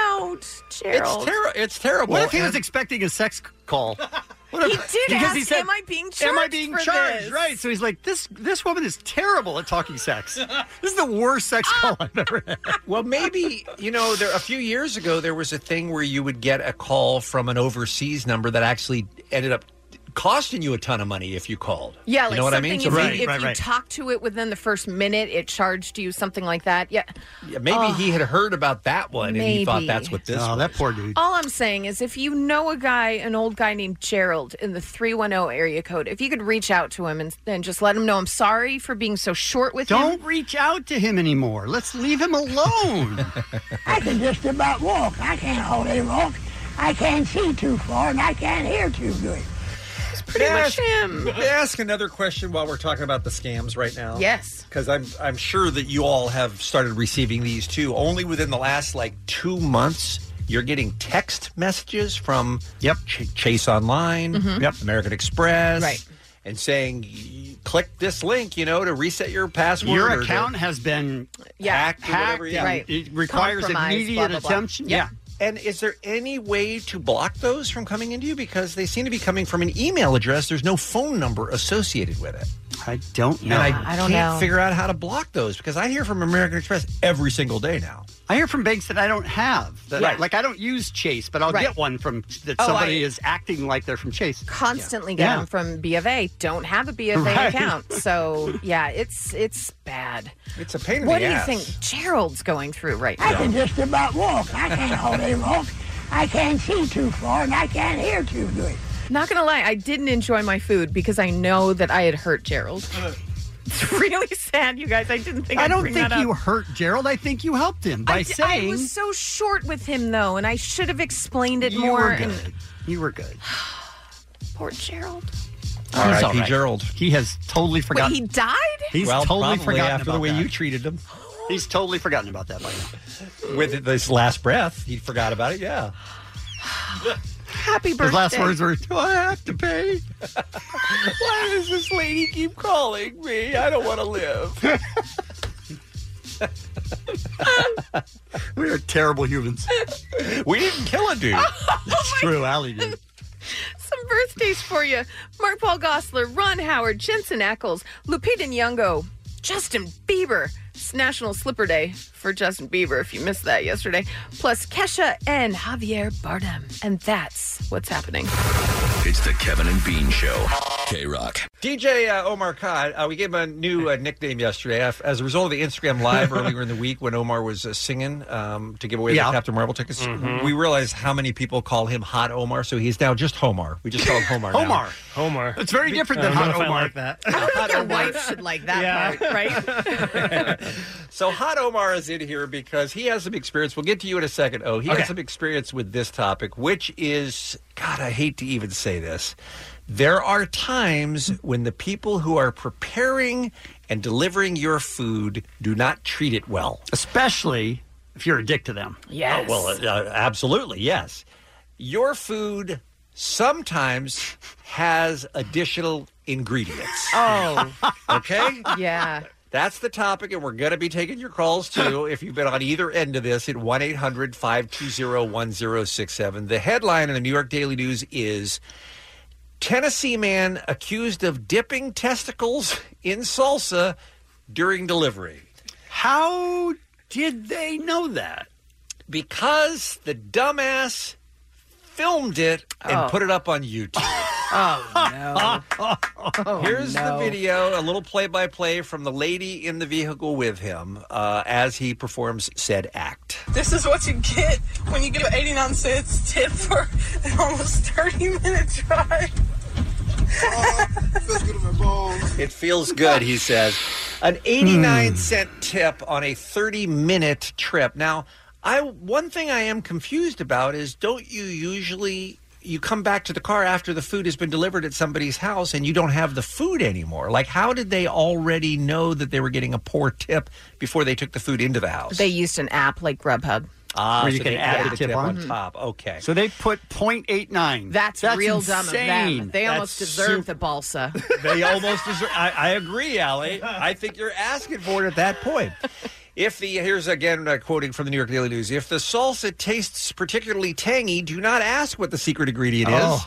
S16: out, Gerald.
S13: It's terrible.
S15: What if he
S13: And-
S15: was expecting a sex c- call? What
S16: He did
S15: because he
S16: ask,
S15: said,
S16: "Am I being
S15: Am I
S16: charged
S15: being
S16: for
S15: charged?"
S16: this?
S15: Right. So he's like, "This this woman is terrible at talking sex. This is the worst
S16: Ah.
S15: sex call I've ever had."
S13: Well, maybe you know. There a few years ago, there was a thing where you would get a call from an overseas number that actually ended up costing you a ton of money if you called.
S16: Yeah,
S13: you
S16: like
S13: know what I
S16: something
S13: mean.
S16: if, you, if you talked to it within the first minute, it charged you something like that. Yeah.
S13: Yeah, maybe
S16: Oh.
S13: he had heard about that one and he thought
S16: Maybe.
S13: that's what this. Oh,
S15: that poor dude.
S16: All I'm saying is if you know a guy, an old guy named Gerald in the 310 area code, if you could reach out to him and, and just let him know I'm sorry for being so short with him.
S15: Don't reach out to him anymore. Let's leave him alone.
S21: I can just about walk. I can't hold a walk. I can't see too far, and I can't hear too good.
S13: pretty
S21: much
S16: him.
S13: May I ask another question while we're talking about the scams right now?
S16: Yes.
S13: Because I'm I'm sure that you all have started receiving these too. Only within the last like two months, you're getting text messages from Yep Ch- Chase Online,
S18: Mhm.
S13: Yep American Express,
S18: Right.
S13: and saying "Y- click this link, you know, to reset your password.
S15: Your
S13: or to-
S15: account has been
S13: Yeah.
S15: hacked. or
S13: Hacked,
S15: whatever, yeah.
S13: right.
S15: It requires
S13: Compromised,
S15: immediate
S13: blah, blah, blah.
S15: attention.
S13: Yep. And is there any way to block those from coming into you because they seem to be coming from an email address? There's no phone number associated with it.
S15: I don't know.
S13: And I,
S15: I don't
S13: can't
S15: know.
S13: figure out how to block those because I hear from American Express every single day now.
S15: I hear from banks that I don't have. That,
S13: Right.
S15: Like I don't use Chase, but I'll
S16: Right.
S15: get one from that
S16: Oh,
S15: somebody
S16: I-
S15: is acting like they're from Chase.
S16: Constantly get
S15: Yeah.
S16: them from B of A. Don't have a B of A
S15: Right.
S16: account. So yeah, it's it's bad.
S13: It's a pain
S11: in
S16: What
S11: the
S16: do
S11: ass.
S16: you think Gerald's going through right
S21: I
S16: now?
S21: can just about walk. I can't hold a walk. I can't see too far, and I can't hear too good.
S16: Not gonna lie, I didn't enjoy my food because I know that I had hurt Gerald. It's really sad, you guys. I didn't think
S15: I
S16: I'd
S15: don't
S16: bring
S15: think
S16: that up.
S15: you hurt Gerald. I think you helped him by
S16: I, d- I
S15: saying
S16: was so short with him though, and I should have explained it
S15: you
S16: more.
S15: were good.
S16: And
S15: You were good.
S16: poor Gerald.
S15: He's
S13: R.I.P.
S15: all right.
S13: Gerald.
S15: He has totally forgotten.
S16: Wait, he died.
S15: He's totally
S13: probably
S15: forgotten
S13: after the
S15: about
S13: way
S15: that.
S13: you treated him.
S15: He's totally forgotten about that by now.
S13: With this last breath, he forgot about it. Yeah.
S16: Happy birthday.
S15: His last words were, "Do I have to pay?"
S13: Why does this lady keep calling me? I don't want to live.
S15: We are terrible humans.
S13: we didn't kill a dude.
S15: That's true. Allie did.
S16: Some birthdays for you: Mark Paul Gossler, Ron Howard, Jensen Ackles, Lupita Nyong'o, Justin Bieber. It's National Slipper Day for Justin Bieber. If you missed that yesterday, plus Kesha and Javier Bardem, and that's what's happening.
S20: It's the Kevin and Bean Show. K Rock.
S13: DJ uh, Omar Khan, uh, we gave him a new uh, nickname yesterday af- as a result of the Instagram Live earlier in the week when Omar was uh, singing um, to give away
S18: Yeah.
S13: the Captain Marvel tickets.
S18: Mhm.
S13: We realized how many people call him Hot Omar, so he's now just Homar. We just call
S10: Oh,
S13: him Homar. now.
S22: Omar. Omar.
S15: It's very different than
S22: I don't know
S15: Hot
S22: if I
S15: Omar.
S22: like that.
S16: Your wife should like that part, right?
S13: So Hot Omar is in here because he has some experience. We'll get to you in a second. Oh, he
S18: Okay.
S13: has some experience with this topic, which is God. I hate to even say this. There are times when the people who are preparing and delivering your food do not treat it well,
S15: especially if you're a dick to them.
S13: Yes. well, uh, absolutely, yes. Your food sometimes has additional ingredients.
S16: Oh.
S13: okay.
S16: Yeah.
S13: That's the topic, and we're going to be taking your calls too if you've been on either end of this at 1 800 520 1067. The headline in the New York Daily News is Tennessee man accused of dipping testicles in salsa during delivery. How did they know that? Because the dumbass filmed it and
S8: Oh.
S13: put it up on YouTube.
S8: Oh, no.
S13: Here's the video, a little play by play from the lady in the vehicle with him uh, as he performs said act.
S17: This is what you get when you give an 89 cents tip for an almost 30 minute drive.
S13: It feels good, he says. An
S8: Hmm.
S13: 89 cent tip on a 30 minute trip. Now, I one thing I am confused about is don't you usually you come back to the car after the food has been delivered at somebody's house and you don't have the food anymore. Like how did they already know that they were getting a poor tip before they took the food into the house?
S16: They used an app like Grubhub.
S13: Ah,
S15: Where you
S13: so
S15: can
S13: they
S15: add
S13: added
S15: the tip on?
S13: on Mm. top. Okay.
S15: So they put 0.89.
S16: That's, real dumb of them. They almost
S13: That's
S16: deserve
S13: super-
S16: the balsa.
S13: they almost deserve. I, I agree, Allie. I think you're asking for it at that point. If the here's again uh, quoting from the New York Daily News: If the salsa tastes particularly tangy, do not ask what the secret ingredient is.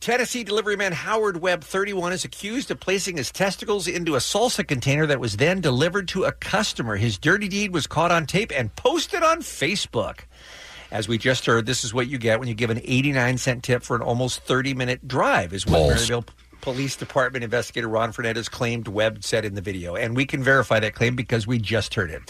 S13: Tennessee delivery man Howard Webb, 31, is accused of placing his testicles into a salsa container that was then delivered to a customer. His dirty deed was caught on tape and posted on Facebook. As we just heard, this is what you get when you give an 89 cent tip for an almost 30 minute drive, is what
S8: Balls.
S13: Maryville P- Police Department investigator Ron Fernandez claimed Webb said in the video. And we can verify that claim because we just heard it.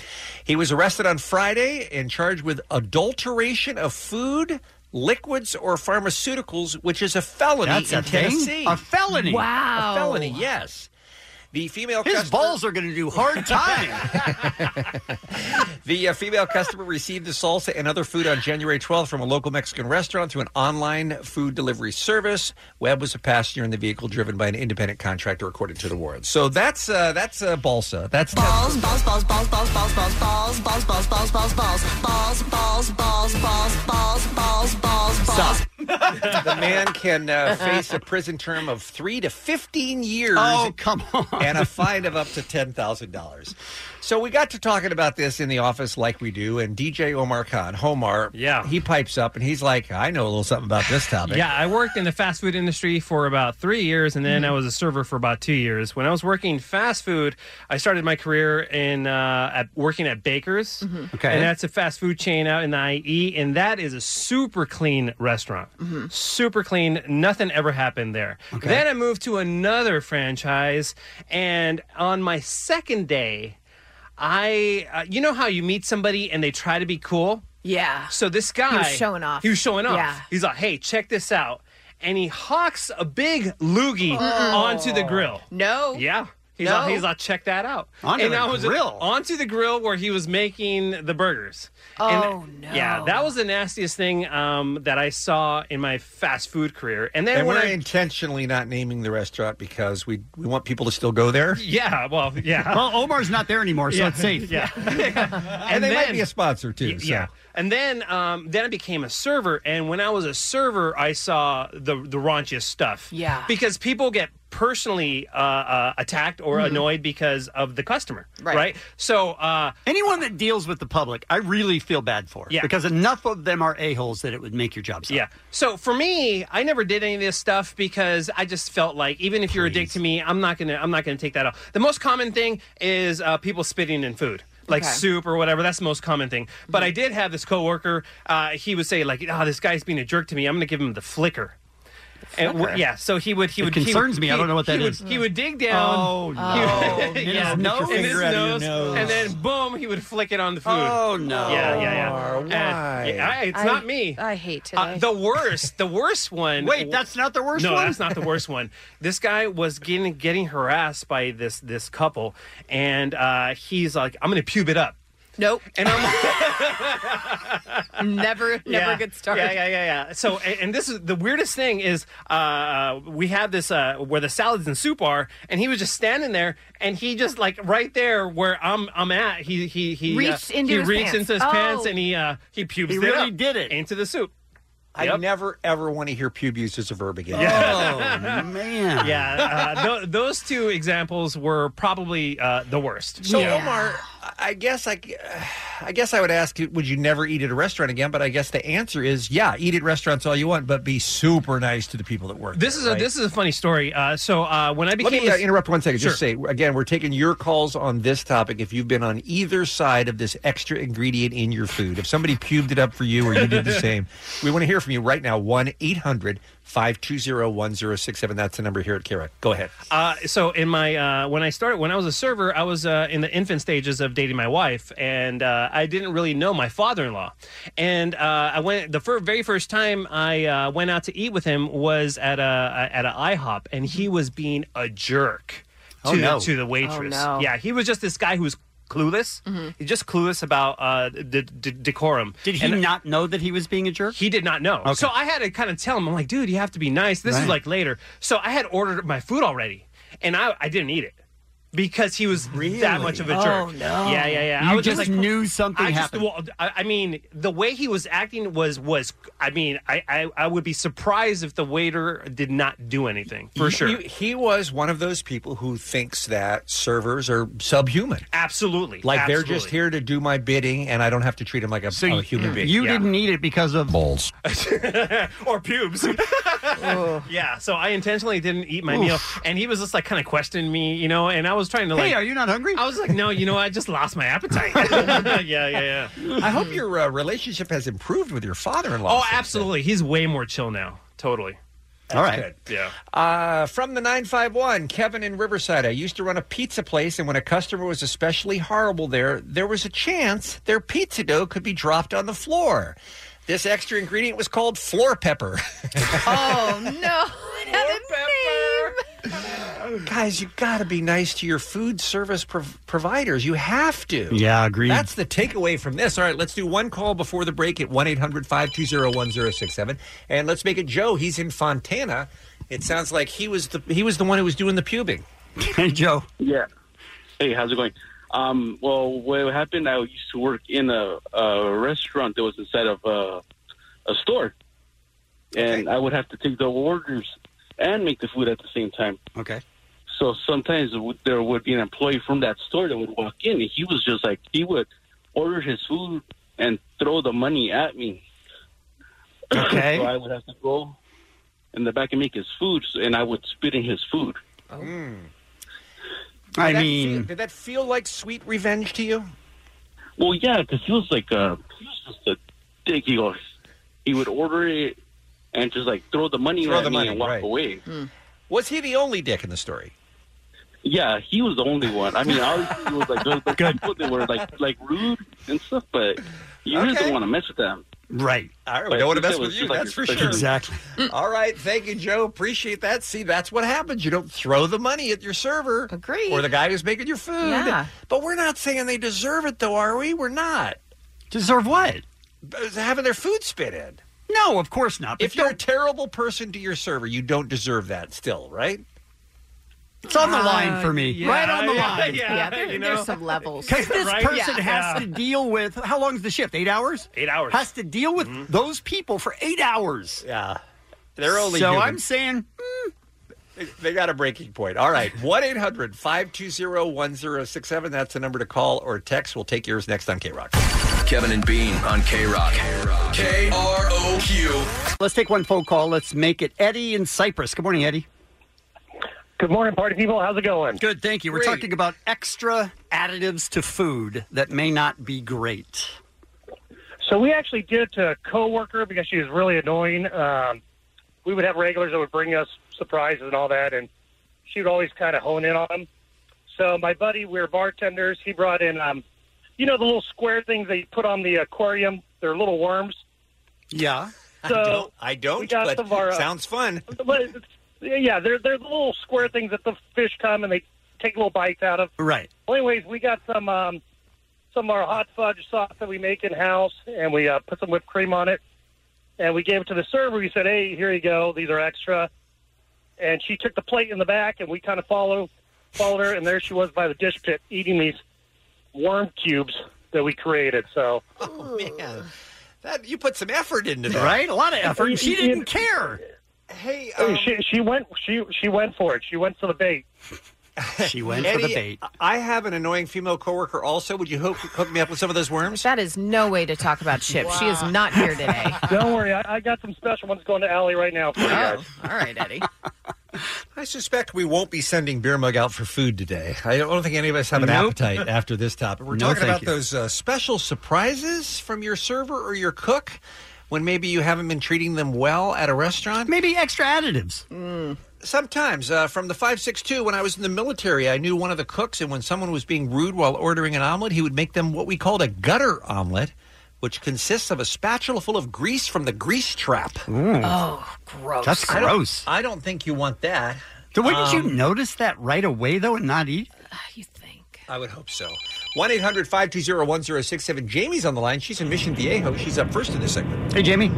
S13: He was arrested on Friday and charged with adulteration of food, liquids, or pharmaceuticals, which is a felony
S15: That's
S13: in
S15: a thing?
S13: Tennessee.
S15: A felony? Wow.
S13: A felony, yes. The female
S15: His
S13: customer-
S15: balls are going to do hard time.
S13: The uh, female customer received the salsa and other food on January 12th from a local Mexican restaurant through an online food delivery service. Webb was a passenger in the vehicle driven by an independent contractor, according to the warrant. So that's uh, that's uh, balsa. That's
S3: Balls, balls, balls, balls, balls, balls, balls, balls, balls, balls, balls, balls, balls, balls, balls, balls, balls, balls, balls, balls, balls.
S13: the man can uh, face a prison term of three to 15 years.
S15: Oh, come on.
S13: And a fine of up to $10,000. So we got to talking about this in the office like we do, and DJ Omar Khan, Homar, yeah. he pipes up and he's like, I know a little something about this topic.
S22: Yeah, I worked in the fast food industry for about three years, and then I was a server for about two years. When I was working fast food, I started my career in uh, at working at Baker's,
S15: Okay.
S22: and that's a fast food chain out in the IE, and that is a super clean restaurant, super clean. Nothing ever happened there. Then I moved to another franchise, and on my second day, I uh, you know how you meet somebody and they try to be cool.
S16: Yeah.
S22: So this guy
S16: He was showing off.
S22: He was showing off.
S16: Yeah.
S22: He's like, "Hey, check this out," and he hawks a big loogie
S16: Mm-mm.
S22: onto the grill.
S16: Oh. No.
S22: Yeah. He's
S16: No.
S22: like, he's like, check that out.
S16: Onto
S22: and
S16: the
S22: I was
S16: grill.
S22: onto the grill where he was making the burgers.
S16: Oh,
S22: and, no! Yeah, that was the nastiest thing um, that I saw in my fast food career. And then
S13: and
S22: when
S13: we're
S22: I
S13: intentionally not naming the restaurant because we we want people to still go there.
S22: yeah, well, yeah.
S15: Well, Omar's not there anymore, so
S22: Yeah.
S15: it's safe.
S22: Yeah.
S13: and, they might be a sponsor too. so.
S22: Yeah. And then um, then I became a server, and when I was a server, I saw the the raunchiest stuff.
S16: Yeah.
S22: Because people get personally uh, uh, attacked or
S15: Mhm.
S22: annoyed because of the customer,
S15: Right.
S22: right? So uh,
S15: anyone that deals with the public, I really feel bad for.
S22: Yeah.
S15: Because enough of them are a-holes that it would make your job suck.
S22: Yeah. So for me, I never did any of this stuff because I just felt like even if you're a dick to me, I'm not gonna I'm not gonna take that out. The most common thing is uh, people spitting in food. Like
S23: Okay.
S22: soup or whatever, that's the most common thing. But I did have this coworker. Uh, he would say like, "Ah, this guy's being a jerk to me. I'm going to give him the flicker." And w-
S15: Flicker?
S22: yeah, so he would he
S15: It
S22: would
S15: concerns
S22: he, would-
S15: me. I don't know what
S22: he
S15: that
S22: would-
S15: is.
S22: He would dig down.
S15: Oh,
S22: He would-
S15: no. In his
S22: yeah,
S15: nose?
S22: in his
S15: Finger out of your
S22: nose,
S15: nose.
S22: and then boom, he would flick it on the food.
S15: Oh, no.
S22: Yeah, yeah, yeah.
S15: Omar,
S22: And-
S15: why?
S22: yeah, I- it's
S16: I-
S22: not me.
S16: I hate today.
S22: Uh, the worst, the worst one.
S15: Wait, that's not the worst
S22: no,
S15: one?
S22: that's not the worst one. This guy was getting getting harassed by this this couple, and uh, he's like, "I'm going to pube it up."
S16: Nope.
S22: And
S16: I'm never, never
S22: Yeah.
S16: get started.
S22: Yeah, yeah, yeah, yeah. So, and, and this is the weirdest thing is uh, we have this uh, where the salads and soup are, and he was just standing there, and he just like right there where I'm I'm at. He he he uh,
S16: Reached into
S22: he
S16: his
S22: reached
S16: pants.
S22: into his
S16: Oh.
S22: pants, and he uh, he pubes.
S13: He
S22: it
S13: really
S22: up
S13: did it
S22: into the soup.
S13: I never ever want to hear pube used as a verb again.
S22: Yeah.
S15: Oh man.
S22: Yeah, uh, th- those two examples were probably uh, the worst.
S13: So Omar, I guess I, I guess I would ask, would you never eat at a restaurant again? But I guess the answer is, yeah, eat at restaurants all you want, but be super nice to the people that work.
S22: This is a
S13: right?
S22: this is a funny story. Uh, so uh, when I became
S13: Let me uh,
S22: a-
S13: interrupt one second. Just
S22: Sure.
S13: say again, we're taking your calls on this topic. If you've been on either side of this extra ingredient in your food, if somebody pubed it up for you or you did the same, we want to hear from you right now. 1 800 520 1067. That's the number here at KROC. Go ahead.
S22: Uh, so in my uh, when I started when I was a server, I was uh, in the infant stages of dating my wife, and uh, I didn't really know my father-in-law. And uh, I went the fir- very first time I uh, went out to eat with him was at a at a IHOP, and he
S13: Mm-hmm.
S22: was being a jerk to
S12: Oh, no.
S22: to the
S12: Oh,
S22: waitress.
S12: no.
S22: Yeah, he was just this guy who was clueless. He's just clueless about uh, the d- decorum. uh,
S15: Did he not know that he was being a jerk?
S22: He did not know.
S15: Okay.
S22: So I had to kind of tell him, I'm like, dude, you have to be nice. This is
S15: Right.
S22: like later. So I had ordered my food already, and I, I didn't eat it because he was that much of a
S15: Oh,
S22: jerk.
S15: no.
S22: Yeah, yeah, yeah.
S15: You
S22: I was just,
S15: just
S22: like,
S15: knew something
S22: I
S15: happened.
S22: Well, I, I mean, the way he was acting was was. I mean, I, I I would be surprised if the waiter did not do anything for
S13: You-
S22: sure.
S13: you- he was one of those people who thinks that servers are subhuman.
S22: Absolutely.
S13: Like they're
S22: Absolutely.
S13: just here to do my bidding and I don't have to treat them like a, a human being.
S15: You didn't eat it because of balls.
S22: or pubes. yeah, so I intentionally didn't eat my
S15: Oof.
S22: meal, and he was just like kind of questioning me, you know. And I was trying to like,
S15: Hey, are you not hungry?
S22: I was like, no, you know, I just lost my appetite. yeah, yeah, yeah.
S13: I hope your uh, relationship has improved with your father-in-law.
S22: Oh, absolutely. He's way more chill now. Totally.
S13: All right.
S22: Yeah.
S13: Uh, from the 951, Kevin in Riverside. I used to run a pizza place, and when a customer was especially horrible there, there was a chance their pizza dough could be dropped on the floor. This extra ingredient was called floor pepper.
S16: Oh no!
S13: Guys, you got to be nice to your food service prov- providers. You have to.
S15: Yeah, agreed.
S13: That's the takeaway from this. All right, let's do one call before the break at 1 800 520 1067. And let's make it Joe. He's in Fontana. It sounds like he was the he was the one who was doing the pubing.
S15: Hey, Joe.
S5: Yeah. Hey, how's it going? Um, well, what happened? I used to work in a, a restaurant that was inside of a, a store, and I would have to take the orders and make the food at the same time.
S15: Okay.
S5: So sometimes w- there would be an employee from that store that would walk in, and he was just like he would order his food and throw the money at me.
S15: Okay.
S5: so I would have to go in the back and make his food, and I would spit in his food.
S15: I
S13: Did that
S5: mean-
S13: feel- Hmm. did that feel like sweet revenge to you?
S5: Well, yeah, because he was like a, he was just a dick. He goes, he would order it and just like throw the money
S13: Throw
S5: at
S13: the
S5: me
S13: money,
S5: and walk
S13: right.
S5: away.
S13: Was he the only dick in the story?
S5: Yeah, he was the only one. I mean, obviously, it was like those the people that were like like rude and stuff, but you really don't want to mess with them.
S15: Right.
S13: All right,
S5: But
S13: we don't want
S5: he
S13: to mess
S5: said it
S13: with
S5: was
S13: you.
S5: just like
S13: that's
S5: your
S13: for sure.
S5: special- Exactly.
S13: All right, thank you, Joe. Appreciate that. See, that's what happens. You don't throw the money at your server,
S16: Agreed.
S13: or the guy who's making your food.
S16: Yeah.
S13: But we're not saying they deserve it, though, are we? We're not. Uh,
S15: Deserve what?
S13: Having their food spit in.
S15: No, of course not.
S13: If you're a terrible person to your server, you don't deserve that. Still, right?
S15: It's on the line for me. right on the line.
S16: there- there's some levels.
S15: Because this person has to deal with how long's the shift? Eight hours.
S22: Eight hours. Mm-hmm.
S15: Has to deal with those people for eight hours.
S13: Yeah, they're only.
S15: So
S13: human.
S15: I'm saying hmm.
S13: They got a breaking point. All right. 1 800 520 1067. That's the number to call or text. We'll take yours next on K Rock.
S20: Kevin and Bean on K Rock. K R O Q.
S15: let's take one phone call. Let's make it Eddie in Cyprus. Good morning, Eddie.
S10: Good morning, party people. How's it going?
S15: Good, thank you. We're
S10: Great.
S15: talking about extra additives to food that may not be great.
S10: So we actually did it to a coworker because she was really annoying. Um, we would have regulars that would bring us surprises and all that, and she would always kind of hone in on them. So my buddy, we were bartenders. He brought in, um, you know, the little square things they put on the aquarium. They're little worms.
S15: Yeah.
S10: So,
S13: I
S10: we
S13: don't,
S10: got
S13: I
S10: some
S13: don't but
S10: of our, uh,
S13: sounds fun.
S10: But it's- yeah, they're they're the little square things that the fish come and they take little bites out of.
S15: Right.
S10: Well, anyways, we got some um, some of our hot fudge sauce that we make in house, and we uh, put some whipped cream on it, and we gave it to the server. We said, "Hey, here you go. These are extra." And she took the plate in the back, and we kind of follow followed her, and there she was by the dish pit eating these worm cubes that we created. So.
S13: Oh, man. That, you put some effort into that.
S10: Right? A lot of effort. She didn't
S15: care.
S13: Hey, um,
S10: she, she went. She she went for it. She went to the bait.
S15: She went for the
S13: Eddie,
S15: bait.
S13: I have an annoying female coworker. Also, would you hook, hook me up with some of those worms?
S16: That is no way to talk about Chip. She is not here today.
S10: Don't worry, I, I got some special ones going to Allie right
S13: Oh,
S10: now for you guys.
S16: All right, Eddie.
S13: I suspect we won't be sending Beer Mug out for food today. I don't think any of us have an
S24: Nope.
S13: appetite after this topic. We're
S24: No,
S13: talking
S24: thank
S13: about
S24: you.
S13: those uh, special surprises from your server or your cook when maybe you haven't been treating them well at a restaurant.
S15: Maybe extra additives.
S13: Sometimes, uh, from the 562, when I was in the military, I knew one of the cooks, and when someone was being rude while ordering an omelet, he would make them what we called a gutter omelet, which consists of a spatula full of grease from the grease trap.
S15: Oh,
S16: gross.
S15: That's
S13: I don't-
S15: gross.
S13: I don't think you want that.
S15: So wouldn't you
S13: Um,
S15: notice that right away though and not eat?
S13: I would hope so. 1 800 520 1067. Jamie's on the line. She's in Mission Viejo. She's up first in this segment.
S15: Hey, Jamie.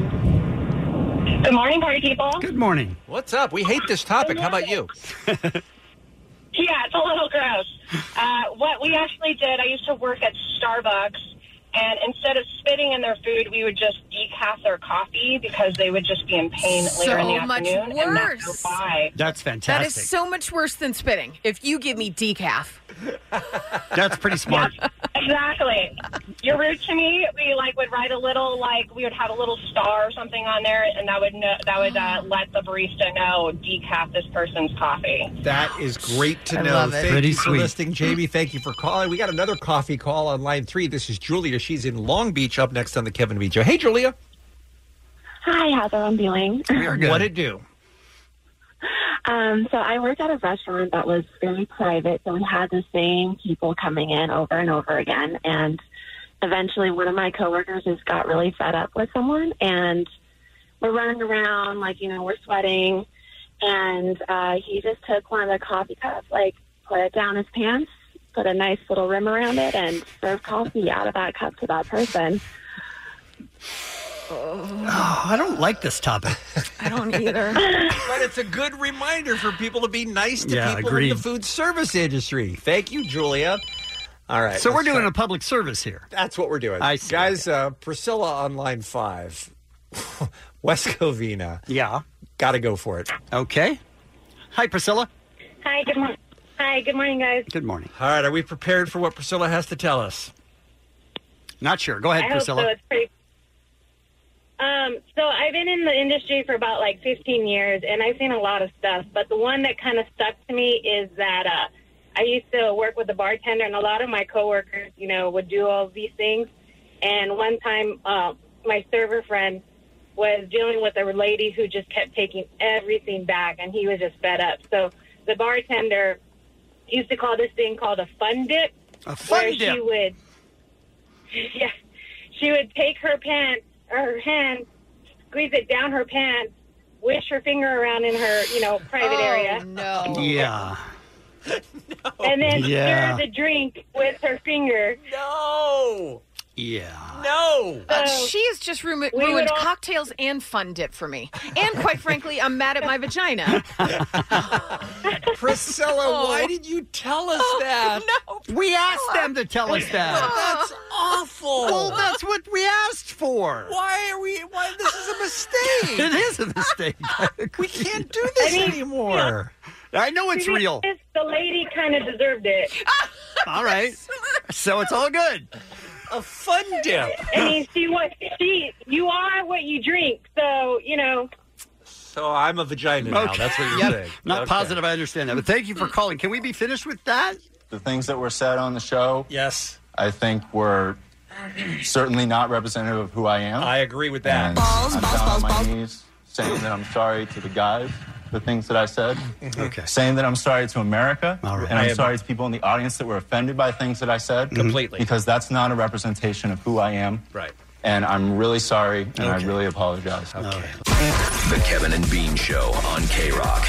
S12: Good morning, party people.
S15: Good morning.
S13: What's up? We hate this topic. How about you?
S12: Yeah, it's a little gross. Uh, what we actually did, I used to work at Starbucks, and instead of spitting in their food, we would just decaf their coffee because they would just be in pain later in the
S16: So much
S12: afternoon and not know
S16: worse.
S12: why.
S15: That's
S16: That is
S15: fantastic.
S16: so much worse than spitting. If you give me decaf,
S15: That's pretty smart.
S12: Exactly. You're rude to me. We like would write a little like we would have a little star or something on there, and that would know, that would uh, let the barista know decaf this person's coffee.
S13: That is great to
S12: I
S13: know.
S12: love it.
S13: Thank
S15: Pretty
S13: you for
S15: sweet.
S13: listening, Jamie. Thank you for calling. We got another coffee call on line three. This is Julia. She's in Long Beach up next on the Kevin Beach Show. Hey, Julia.
S18: Hi, how's everyone doing?
S13: What it do?
S18: Um, so I worked at a restaurant that was very private, so we had the same people coming in over and over again. And eventually, one of my coworkers just got really fed up with someone, and we're running around like you know we're sweating, and uh, he just took one of the coffee cups, like put it down his pants, put a nice little rim around it, and served coffee out of that cup to that person.
S15: Oh, I don't like this topic.
S16: I don't either.
S13: but it's a good reminder for people to be nice to
S15: Yeah,
S13: people
S15: agreed.
S13: in the food service industry. Thank you, Julia. All right.
S15: So we're
S13: let's
S15: doing
S13: try-
S15: a public service here.
S13: That's what we're doing.
S15: I see.
S13: Guys, uh, Priscilla on line five, West Covina.
S15: Yeah.
S13: Got to go for it.
S15: Okay. Hi, Priscilla.
S12: Hi, good morning. Hi, good morning, guys.
S15: Good morning.
S13: All right. Are we prepared for what Priscilla has to tell us?
S15: Not sure. Go
S12: I Hope so. It's pretty. Um, so I've been in the industry for about like 15 years, and I've seen a lot of stuff. But the one that kind of stuck to me is that uh, I used to work with a bartender, and a lot of my coworkers, you know, would do all these things. And one time, uh, my server friend was dealing with a lady who just kept taking everything back, and he was just fed up. So the bartender used to call this thing called a fun dip,
S15: a fun
S12: where she
S15: dip.
S12: would, yeah, she would take her pants or her hand, squeeze it down her pants, wish her finger around in her, you know, private area,
S16: no.
S15: Yeah.
S12: and then
S15: Yeah.
S12: stir the drink with her finger.
S13: No.
S15: Yeah.
S13: No.
S16: Uh, she has just ru-
S12: would
S16: ruined
S12: all-
S16: cocktails and fun dip for me. And quite frankly, I'm mad at my vagina.
S13: Priscilla,
S22: Oh.
S13: why did you tell us that?
S15: No. We asked them to tell us that.
S13: That's awful.
S15: Well, that's what we asked for.
S13: Why are we? Why this is a mistake?
S15: It is a mistake.
S13: We can't do this
S12: I mean,
S13: anymore.
S15: I know it's
S12: To be
S15: real.
S12: honest, The lady kind of deserved it.
S15: All right. So it's all good.
S13: A fun dip.
S12: I mean, she was she. You are what you drink, so you know.
S13: So I'm a vagina now.
S15: Okay.
S13: That's what you're
S15: Yep.
S13: saying.
S15: Not
S13: Okay.
S15: positive. I understand that. But thank you for calling. Can we be finished with that?
S11: The things that were said on the show,
S13: yes,
S11: I think were certainly not representative of who I am.
S13: I agree with that.
S11: And I'm down on my knees saying that I'm sorry to the guys. The things that I said.
S13: Mm-hmm.
S15: Okay.
S11: Saying that I'm sorry to America. And
S13: I
S11: I'm
S13: am-
S11: sorry to people in the audience that were offended by things that I said.
S13: Completely.
S11: Because that's not a representation of who I am.
S13: Mm-hmm. Right.
S11: And I'm really sorry and I really apologize.
S8: The Kevin and Bean Show on K Rock.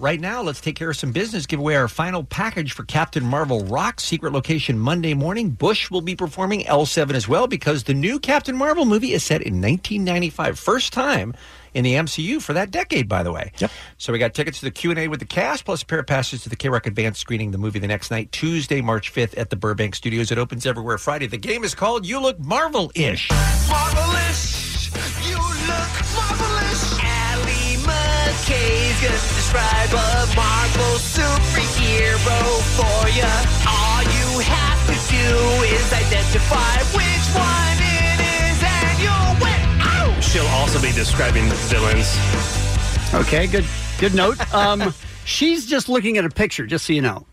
S13: Right now, let's take care of some business. Give away our final package for Captain Marvel Rock's secret location Monday morning. Bush will be performing L7 as well because the new Captain Marvel movie is set in 1995. First time in the MCU for that decade, by the way. Yep. So we got tickets to the Q&A with the cast, plus a pair of passes to the K-Rock Advanced screening of the movie the next night, Tuesday, March 5th at the Burbank Studios. It opens everywhere Friday. The game is called You Look Marvel-ish.
S8: Marvelous. You look marvelous. Allie McKay's gonna describe a Marvel superhero for you. All you have to do is identify which one it is, and you'll win. Ow!
S22: She'll also be describing the villains.
S15: Okay, good good note. Um, she's just looking at a picture, just so you know.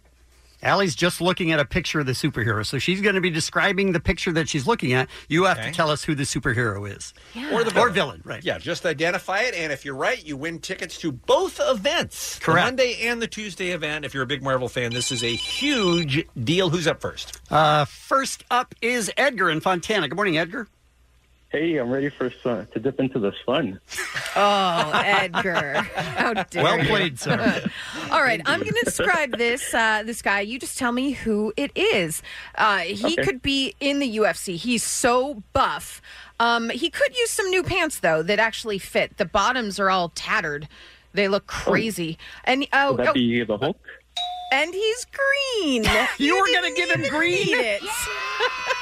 S15: Allie's just looking at a picture of the superhero, so she's going to be describing the picture that she's looking at. You have to tell us who the superhero is,
S13: Or the
S15: or villain, right?
S13: Yeah, just identify it, and if you're right, you win tickets to both events. the
S15: Correct.
S13: Monday and the Tuesday event. If you're a big Marvel fan, this is a huge deal. Who's up first?
S15: Uh, first up is Edgar in Fontana. Good morning, Edgar.
S10: Hey, I'm ready for sun, Uh, to dip into the sun.
S16: Oh, Edgar. How dare
S10: Well
S16: you.
S10: played,
S15: uh,
S10: sir.
S16: All right, I'm going to describe this uh, this guy. You just tell me who it is. Uh, he
S25: Okay.
S16: could be in the UFC. He's so buff. Um, he could use some new pants though that actually fit. The bottoms are all tattered. They look
S15: Oh.
S16: crazy. And oh,
S10: Would that
S16: oh,
S10: be the Hulk?
S16: and he's green.
S15: You were
S16: didn't
S15: gonna give him
S16: even
S15: green.
S16: need it.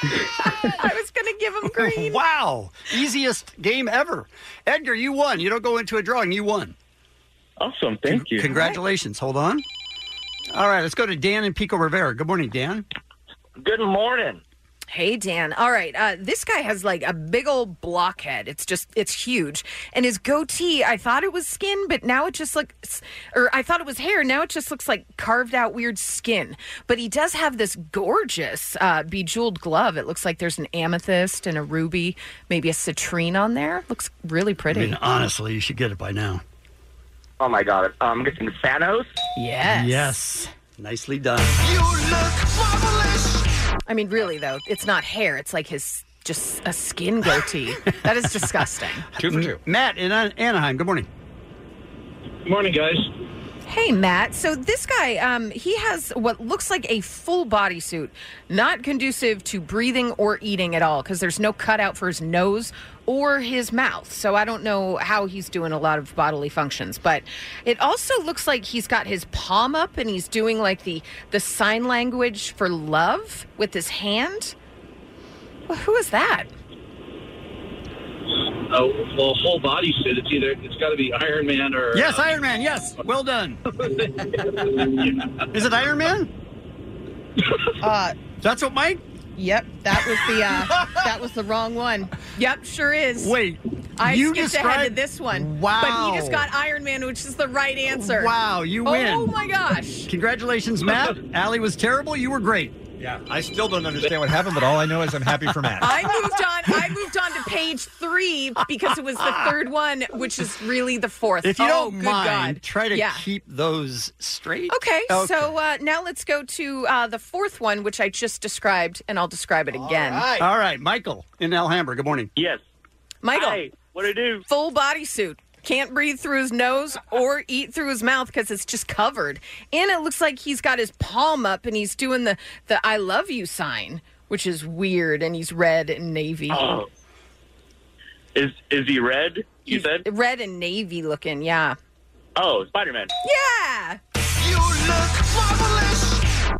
S16: I was going to give him green.
S15: wow, easiest game ever. Edgar, you won. You don't go into a drawing. You won.
S10: Awesome. Thank you.
S15: Congratulations. Hold on. All right, let's go to Dan and Pico Rivera. Good morning, Dan.
S26: Good morning.
S16: Hey Dan. All right. Uh, this guy has like a big old blockhead. It's just it's huge. And his goatee, I thought it was skin, but now it just looks or I thought it was hair, now it just looks like carved out weird skin. But he does have this gorgeous uh, bejeweled glove. It looks like there's an amethyst and a ruby, maybe a citrine on there. Looks really pretty.
S15: I mean, honestly, you should get it by now.
S26: Oh my God, I'm guessing Thanos.
S16: Yes.
S15: Yes. Nicely done.
S16: I mean, really though, it's not hair. It's like his just a skin goatee. that is disgusting.
S13: Two for two.
S15: Matt in An- Anaheim. Good morning. Good morning, guys.
S16: Hey, Matt. So this guy, um, he has what looks like a full bodysuit, not conducive to breathing or eating at all because there's no cutout for his nose or his mouth. So I don't know how he's doing a lot of bodily functions, but it also looks like he's got his palm up and he's doing like the the sign language for love with his hand. Well, who is that?
S5: Oh, well, whole body suit. It's either it's got to be Iron Man or uh,
S15: Yes, Iron Man. Yes. Well done. Is it Iron Man?
S25: Uh,
S15: That's what Mike.
S25: Yep, that was the uh, that was the wrong one.
S16: Yep, sure is.
S15: Wait,
S16: I
S15: you
S16: skipped ahead to
S15: described-
S16: this one.
S15: Wow.
S16: But he just got Iron Man, which is the right answer.
S15: Wow, you win.
S16: Oh my gosh.
S15: Congratulations, Matt. Allie was terrible. You were great.
S13: Yeah, I still don't understand what happened, but all I know is I'm happy for Matt.
S16: I moved on. I moved on to page three because it was the third one, which is really the fourth.
S15: If you
S16: oh,
S15: don't
S16: good
S15: mind,
S16: God.
S15: try to
S16: yeah.
S15: keep those straight.
S16: Okay, so uh, now let's go to uh, the fourth one, which I just described, and I'll describe it again.
S15: All right, Michael in Alhambra. Good morning.
S5: Yes.
S16: Michael. what do I do? Full bodysuit. Can't breathe through his nose or eat through his mouth because it's just covered. And it looks like he's got his palm up and he's doing the, the I love you sign, which is weird. And he's red and navy.
S5: Oh. Is is he red? You said.
S16: Red and navy looking, yeah.
S5: Oh, Spider Man.
S16: Yeah.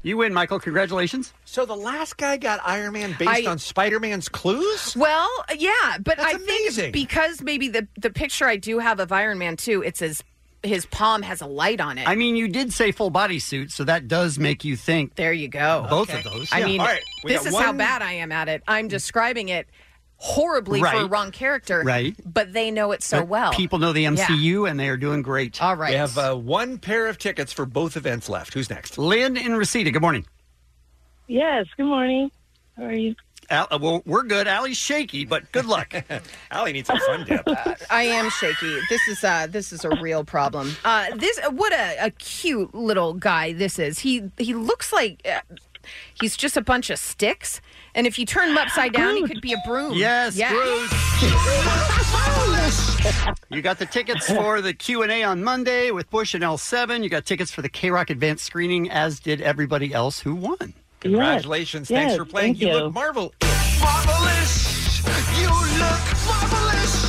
S15: You win, Michael. Congratulations.
S13: So the last guy got Iron Man
S16: I-
S13: based on Spider Man's clues?
S16: Well, yeah, but I
S13: amazing.
S16: think because maybe the, the picture I do have of Iron Man 2, it says his palm has a light on it.
S15: I mean, you did say full bodysuit, so that does make you think.
S16: There you go.
S15: Both of those.
S16: I
S15: Yeah.
S16: mean, this is how bad I am at it. I'm describing it horribly for
S15: Right.
S16: a wrong character,
S15: Right.
S16: But they know it so
S15: But
S16: well.
S15: People know the
S16: Yeah.
S15: MCU, and they are doing great.
S16: All right.
S13: We have uh, one pair of tickets for both events left. Who's next?
S15: Lynn in Reseda. Good morning.
S3: Yes, good morning. How are you?
S15: Al- uh, well, we're good. Allie's shaky, but good luck.
S13: Allie needs a fun dip.
S16: I am shaky. This is uh, this is a real problem. Uh, this what a, a cute little guy this is. He he looks like. Uh, He's just a bunch of sticks. And if you turn him upside down, he could be a broom.
S15: Yes,
S16: yeah.
S15: Scrooge. You got the tickets for the Q and A on Monday with Bush and L7. You got tickets for the K Rock Advanced Screening, as did everybody else who won.
S13: Congratulations. Thanks for playing. you. look marvel.
S8: Marvelous. You look marvelous.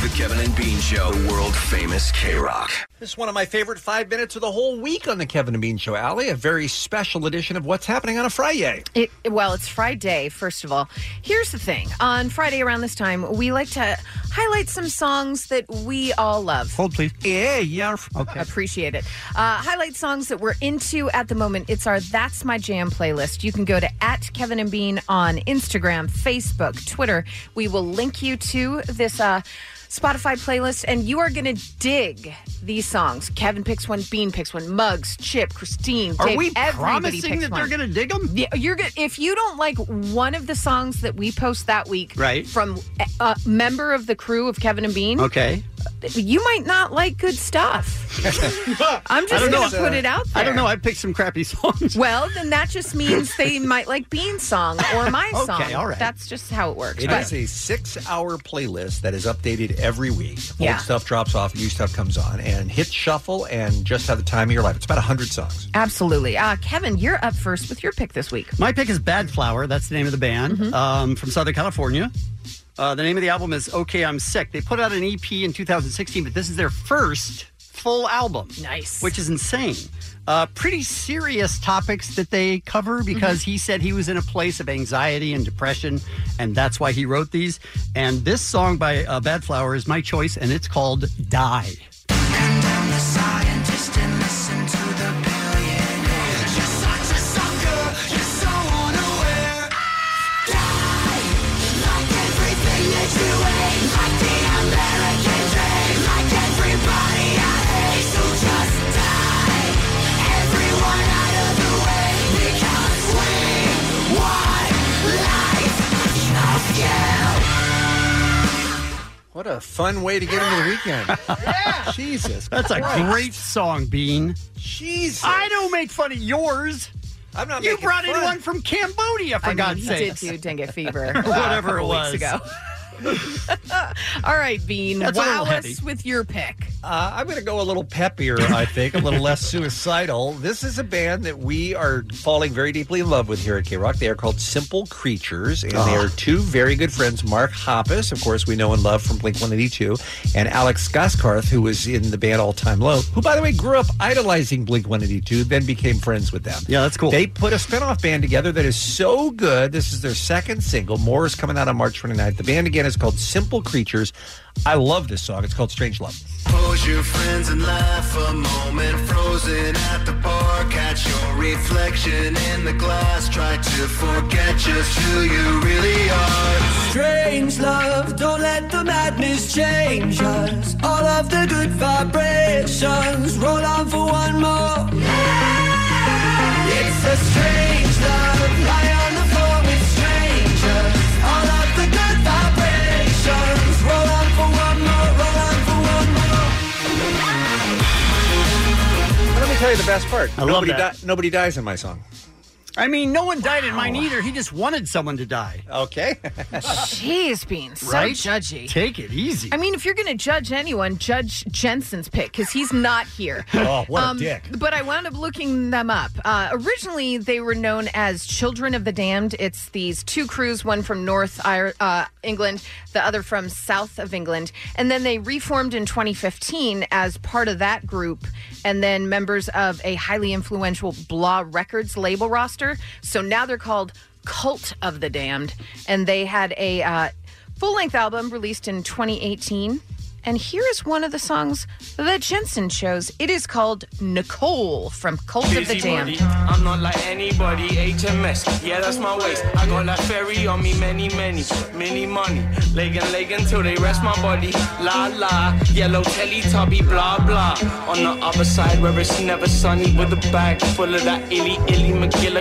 S20: The Kevin and Bean Show, the world famous K Rock.
S13: This is one of my favorite five minutes of the whole week on the Kevin and Bean Show, Alley. A very special edition of What's Happening on a Friday.
S16: It, well, it's Friday, first of all. Here's the thing on Friday around this time, we like to highlight some songs that we all love.
S15: Hold, please.
S13: Yeah, yeah.
S16: Okay. Appreciate it. Uh, highlight songs that we're into at the moment. It's our That's My Jam playlist. You can go to at Kevin and Bean on Instagram, Facebook, Twitter. We will link you to this. Uh, Spotify playlist, and you are going to dig these songs. Kevin picks one, Bean picks one, Mugs, Chip, Christine.
S15: Are
S16: Dave,
S15: we
S16: everybody
S15: promising
S16: picks
S15: that they're
S16: one.
S15: gonna dig 'em?
S16: Yeah, you're gonna, if you don't like one of the songs that we post that week,
S15: Right.
S16: from a, a member of the crew of Kevin and Bean,
S15: Okay.
S16: you might not like good stuff. I'm
S15: I
S16: just
S15: don't know.
S16: going to put it out there.
S15: I don't know. I picked some crappy songs.
S16: Well, then that just means they might like Bean's song or my
S13: Okay,
S16: song.
S13: all right.
S16: That's just how it works.
S13: It
S16: But-
S13: is a six hour playlist that is updated every week. Old
S16: Yeah.
S13: stuff drops off, new stuff comes on, and hit shuffle and just have the time of your life. It's about 100 songs.
S16: Absolutely. Uh, Kevin, you're up first with your pick this week.
S15: My pick is Bad Flower. That's the name of the band um, from Southern California. Uh, the name of the album is Okay, I'm Sick. They put out an EP in 2016, but this is their first full album.
S16: Nice.
S15: Which is insane. Uh, pretty serious topics that they cover because he said he was in a place of anxiety and depression, and that's why he wrote these. And this song by uh, Bad Flower is my choice, and it's called Die.
S8: And I'm the scientist and listen to the billionaire. You're such a sucker. You're so unaware. Die like everything that you hate, like the American dream, like everybody I hate. So just die. Everyone out of the way because we want life. Fuck you.
S13: What a fun way to get into the weekend. Jesus.
S15: That's a
S13: Christ.
S15: great song, Bean.
S13: Jesus.
S15: I don't make fun of yours.
S13: I'm not
S15: You
S13: making
S15: brought in
S13: fun.
S15: one from Cambodia, for
S16: I mean,
S15: God's
S16: he
S15: sake.
S16: did do dengue fever.
S15: Or whatever
S16: a couple
S15: it was.
S16: Weeks ago. All right, Bean.
S13: That's a little
S16: wow
S13: heavy.
S16: us with your pick.
S13: Uh, I'm going to go a little peppier, I think, a little less suicidal. This is a band that we are falling very deeply in love with here at K Rock. They are called Simple Creatures, and they
S15: Ah.
S13: are two very good friends, Mark Hoppus, of course, we know and love from Blink 182, and Alex Goskarth, who was in the band All Time Low, who, by the way, grew up idolizing Blink 182, then became friends with them.
S15: Yeah, that's cool.
S13: They put a spinoff band together that is so good. This is their second single. More is coming out on March 29th. The band, again, is called Simple Creatures. I love this song. It's called Strange Love.
S8: Pose your friends and laugh a moment. Frozen at the bar, catch your reflection in the glass. Try to forget just who you really are.
S1: Strange love, don't let the madness change us. All of the good vibrations, roll on for one more.
S8: It's a strange love. Lie on the floor with strangers. All of the good vibrations. Roll on for one more. Roll on for one more.
S13: Let me tell you the best part.
S15: I love
S13: nobody
S15: that.
S13: di- nobody dies in my song.
S15: I mean, no one died in mine either. He just wanted someone to die.
S13: Okay.
S16: Jeez, Bean. So
S15: right?
S16: judgy.
S15: Take it easy.
S16: I mean, if you're going to judge anyone, judge Jensen's pick because he's not here.
S15: Oh, what a dick.
S16: Um, But I wound up looking them up. Uh, originally, they were known as Children of the Damned. It's these two crews, one from North Ir- uh, England, the other from South of England. And then they reformed in 2015 as part of that group and then members of a highly influential Blah Records label roster. So now they're called Cult of the Damned. And they had a. Uh, full length album released in 2018. And here is one of the songs that Jensen chose. It is called Nicole from Cult of the
S6: Busy body.
S16: Damned.
S6: I'm not like anybody, HMS, yeah, that's my waist. I got that ferry on me, many, many, many money. Leg and leg until they rest my body. La la, yellow Teletubby, blah blah. On the other side where it's never sunny, with a bag full of that illy illy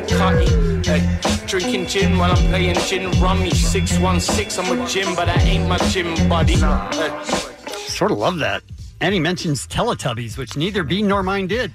S6: McGillicuddy. Hey, drinking gin while I'm playing gin rummy. 616, I'm a gym, but I ain't my gym buddy. Hey.
S15: Sort of love that. And he mentions Teletubbies, which neither Bean nor mine did.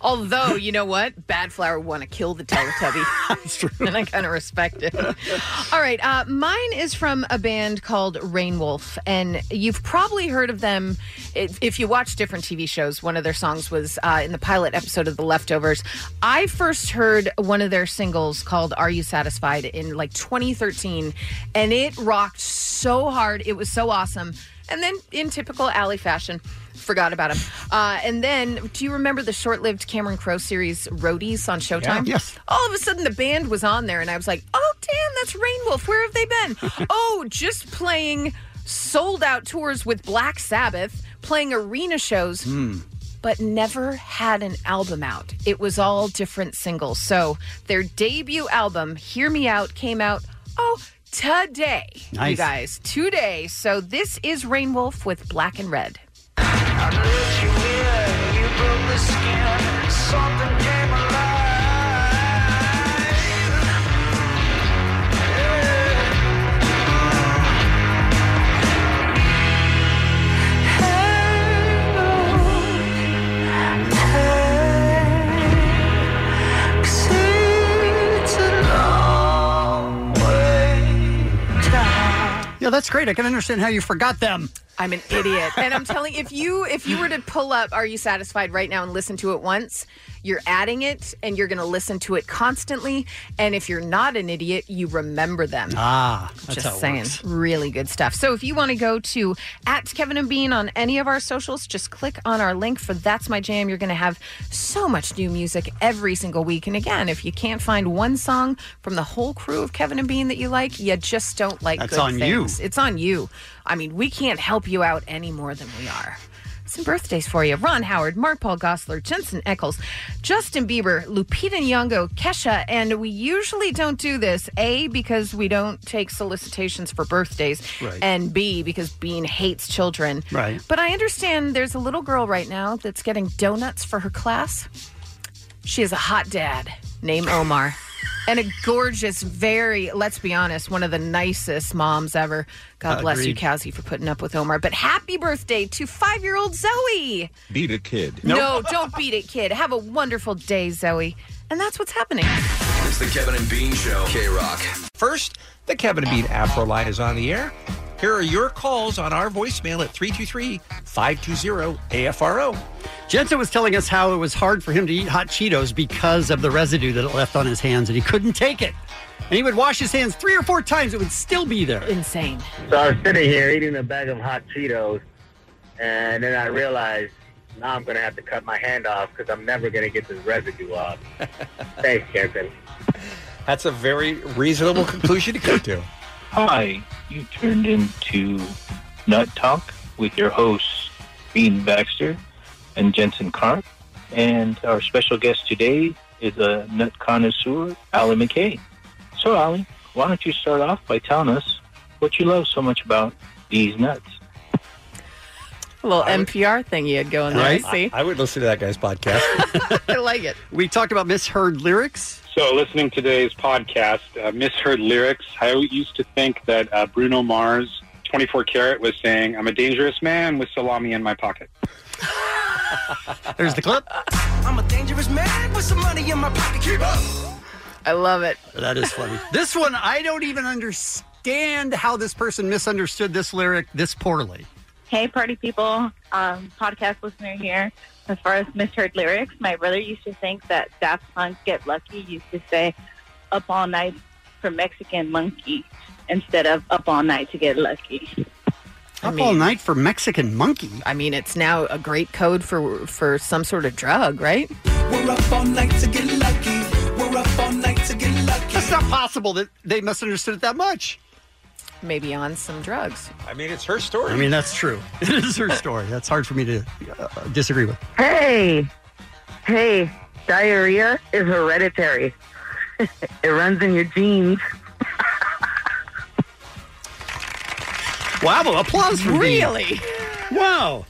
S16: Although, you know what? Bad Flower want to kill the Teletubby. That's true. And I kind of respect it. All right. Uh, mine is from a band called Rainwolf. And you've probably heard of them if, if you watch different TV shows. One of their songs was uh, in the pilot episode of The Leftovers. I first heard one of their singles called Are You Satisfied in like 2013. And it rocked so hard. It was so awesome. And then, in typical Alley fashion, forgot about him. Uh, and then, do you remember the short lived Cameron Crowe series Roadies on Showtime?
S15: Yeah. Yes.
S16: All of a sudden, the band was on there, and I was like, oh, damn, that's Rainwolf. Where have they been? oh, just playing sold out tours with Black Sabbath, playing arena shows.
S15: Mm.
S16: But never had an album out. It was all different singles. So their debut album, Hear Me Out, came out, oh, today, you
S8: Nice.
S16: guys, today. So this is Rainwolf with Black and Red.
S8: Something came alive.
S15: Yeah, that's great. I can understand how you forgot them.
S16: I'm an idiot. And I'm telling if you if you were to pull up Are You Satisfied right now and listen to it once, you're adding it and you're going to listen to it constantly and if you're not an idiot, you remember them.
S15: Ah, that's
S16: Just
S15: how it
S16: saying,
S15: works.
S16: really good stuff. So if you want to go to at Kevin and Bean on any of our socials, just click on our link for That's My Jam. You're going to have so much new music every single week. And again, if you can't find one song from the whole crew of Kevin and Bean that you like, you just don't like.
S15: That's
S16: good
S15: on you.
S16: things. It's on you. I mean, we can't help you out any more than we are. Some birthdays for you. Ron Howard, Mark Paul Gossler, Jensen Eccles, Justin Bieber, Lupita Nyong'o, Kesha, and we usually don't do this, A, because we don't take solicitations for birthdays,
S8: Right.
S16: and B, because Bean hates children.
S8: Right.
S16: But I understand there's a little girl right now that's getting donuts for her class. She has a hot dad named Omar and a gorgeous, very, let's be honest, one of the nicest moms ever. God bless you,
S5: Agreed.
S16: Cassie, for putting up with Omar. But happy birthday to five year old Zoe.
S5: Beat a kid.
S16: No, don't beat it, kid. Have a wonderful day, Zoe. And that's what's happening.
S20: It's the Kevin and Bean Show. K Rock.
S13: First, the Kevin and Bean Afro line is on the air. Here are your calls on our voicemail at 323 520 AFRO.
S15: Jensen was telling us how it was hard for him to eat hot Cheetos because of the residue that it left on his hands, and he couldn't take it. And he would wash his hands three or four times; it would still be there.
S16: Insane.
S14: So I was sitting here eating a bag of hot Cheetos, and then I realized now I'm going to have to cut my hand off because I'm never going to get this residue off. Thanks, Kevin.
S13: That's a very reasonable conclusion to come to.
S22: Hi, you turned into Nut Talk with your hosts, Bean Baxter and Jensen Carr. And our special guest today is a nut connoisseur, Allie McKay. So, Allie, why don't you start off by telling us what you love so much about these nuts?
S16: A little NPR thing you had going there. See?
S13: I, I would listen to that guy's podcast.
S16: I like it.
S15: We talked about misheard lyrics.
S11: So, listening to today's podcast, uh, misheard lyrics. I used to think that uh, Bruno Mars, 24 Karat, was saying, I'm a dangerous man with salami in my pocket.
S15: There's the clip.
S8: I'm a dangerous man with some money in my pocket. Keep up.
S16: I love it.
S15: That is funny. this one, I don't even understand how this person misunderstood this lyric this poorly.
S3: Hey, party people, um, podcast listener here. As far as misheard lyrics, my brother used to think that Daft Punk Get Lucky used to say up all night for Mexican monkey instead of up all night to get lucky.
S15: Up all night for Mexican monkey.
S16: I mean, it's now a great code for for some sort of drug, right?
S8: We're up all night to get lucky. We're up all night to get lucky.
S15: That's not possible that they misunderstood it that much.
S16: Maybe on some drugs.
S13: I mean, it's her story.
S15: I mean, that's true. It is her story. That's hard for me to uh, disagree with.
S27: Hey, hey, diarrhea is hereditary. it runs in your genes.
S15: Wow, applause for Dean.
S27: Really?
S15: Wow.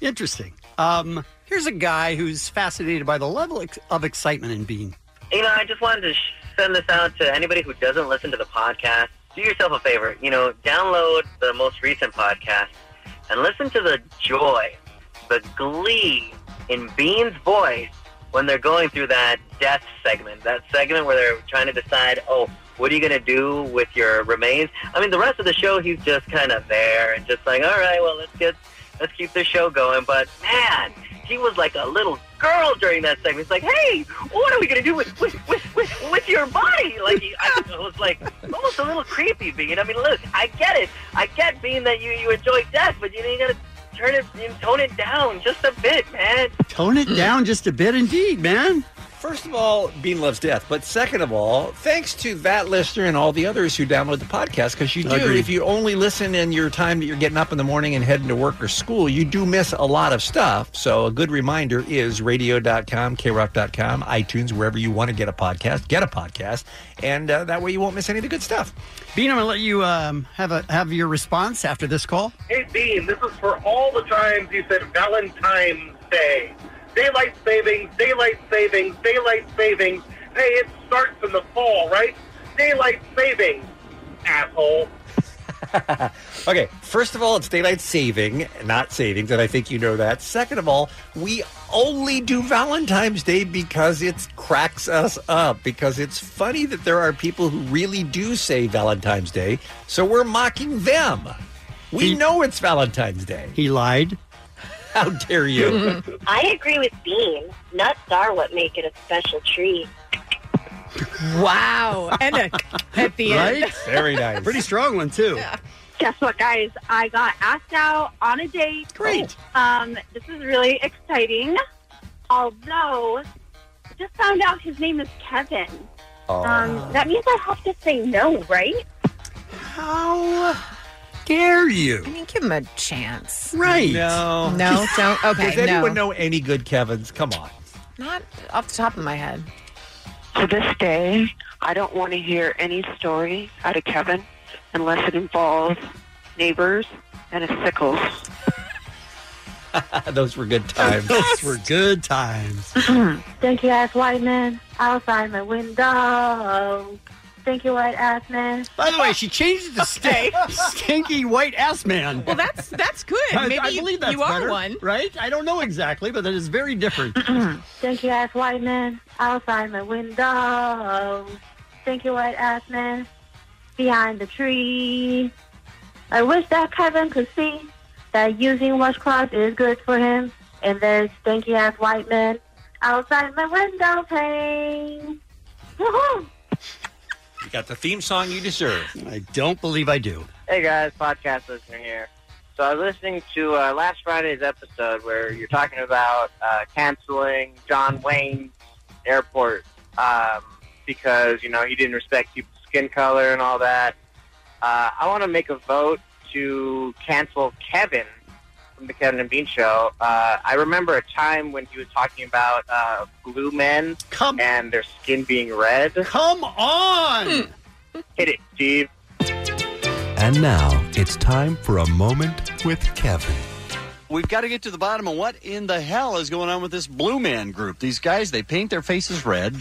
S15: Interesting. Um, here's a guy who's fascinated by the level ex- of excitement in Bean.
S21: You know, I just wanted to sh- send this out to anybody who doesn't listen to the podcast. Do yourself a favor. You know, download the most recent podcast and listen to the joy, the glee in Bean's voice when they're going through that death segment, that segment where they're trying to decide, oh, what are you going to do with your remains? I mean, the rest of the show, he's just kind of there and just like, all right, well, let's get, let's keep the show going. But man, he was like a little girl during that segment. He's like, hey, what are we going to do with, with, with, with, with your body? Like, he, I it was like almost a little creepy, Bean. I mean, look, I get it. I get, Bean, that you, you enjoy death, but you, know, you got to turn it, you tone it down just a bit, man.
S15: Tone it down just a bit, indeed, man.
S13: First of all, Bean loves death. But second of all, thanks to that listener and all the others who download the podcast, because you do.
S28: Agreed.
S13: If you only listen in your time that you're getting up in the morning and heading to work or school, you do miss a lot of stuff. So a good reminder is radio.com, krock.com, iTunes, wherever you want to get a podcast, get a podcast. And uh, that way you won't miss any of the good stuff.
S15: Bean, I'm gonna let you um, have a have your response after this call.
S10: Hey, Bean, this is for all the times you said Valentine's Day. Daylight savings, daylight savings, daylight savings. Hey, it starts in the fall, right? Daylight savings, asshole.
S13: Okay, first of all, it's daylight saving, not savings, and I think you know that. Second of all, we only do Valentine's Day because it cracks us up, because it's funny that there are people who really do say Valentine's Day, so we're mocking them. We know it's Valentine's Day.
S15: He lied.
S13: How dare you?
S3: I agree with Bean. Nuts are what make it a special treat.
S16: Wow. And a, at the end.
S15: Right?
S13: Very nice.
S15: Pretty strong one too.
S3: Guess what, guys? I got asked out on a date.
S15: Great.
S3: Um, this is really exciting. Although, just found out his name is Kevin.
S8: Uh,
S15: Oh.
S3: Um, that means I have to say no, right?
S15: How dare you?
S16: I mean, give him a chance.
S15: Right.
S13: No.
S16: No, don't. Okay,
S13: Does anyone
S16: no.
S13: know any good Kevins? Come on.
S16: Not off the top of my head.
S29: To this day, I don't want to hear any story out of Kevin unless it involves neighbors and a sickle.
S13: Those were good times.
S15: Those were good times.
S29: Thank
S3: you, ass white man. Outside my window. Thank you, white ass man.
S15: By the way, she changed the stink, stinky white ass man.
S16: Well, that's that's good.
S15: I,
S16: Maybe
S15: I
S16: you-
S15: believe that's
S16: you are
S15: better,
S16: one.
S15: right? I don't know exactly, but that is very different.
S3: Thank you, ass white man. Outside my window. Thank you, white ass man. Behind the tree. I wish that Kevin could see that using washcloths is good for him. And there's stinky ass white man outside my window pane. Woohoo!
S13: You got the theme song you deserve.
S15: I don't believe I do.
S30: Hey guys, podcast listener here. So I was listening to uh, last Friday's episode where you're talking about uh, canceling John Wayne's airport um, because you know he didn't respect people's skin color and all that. Uh, I want to make a vote to cancel Kevin from the Kevin and Bean Show. Uh, I remember a time when he was talking about uh, blue men and their skin being red.
S15: Come on,
S30: hit it, Steve.
S8: And now it's time for a moment with Kevin.
S15: We've got to get to the bottom of what in the hell is going on with this Blue Man group. These guys, they paint their faces red.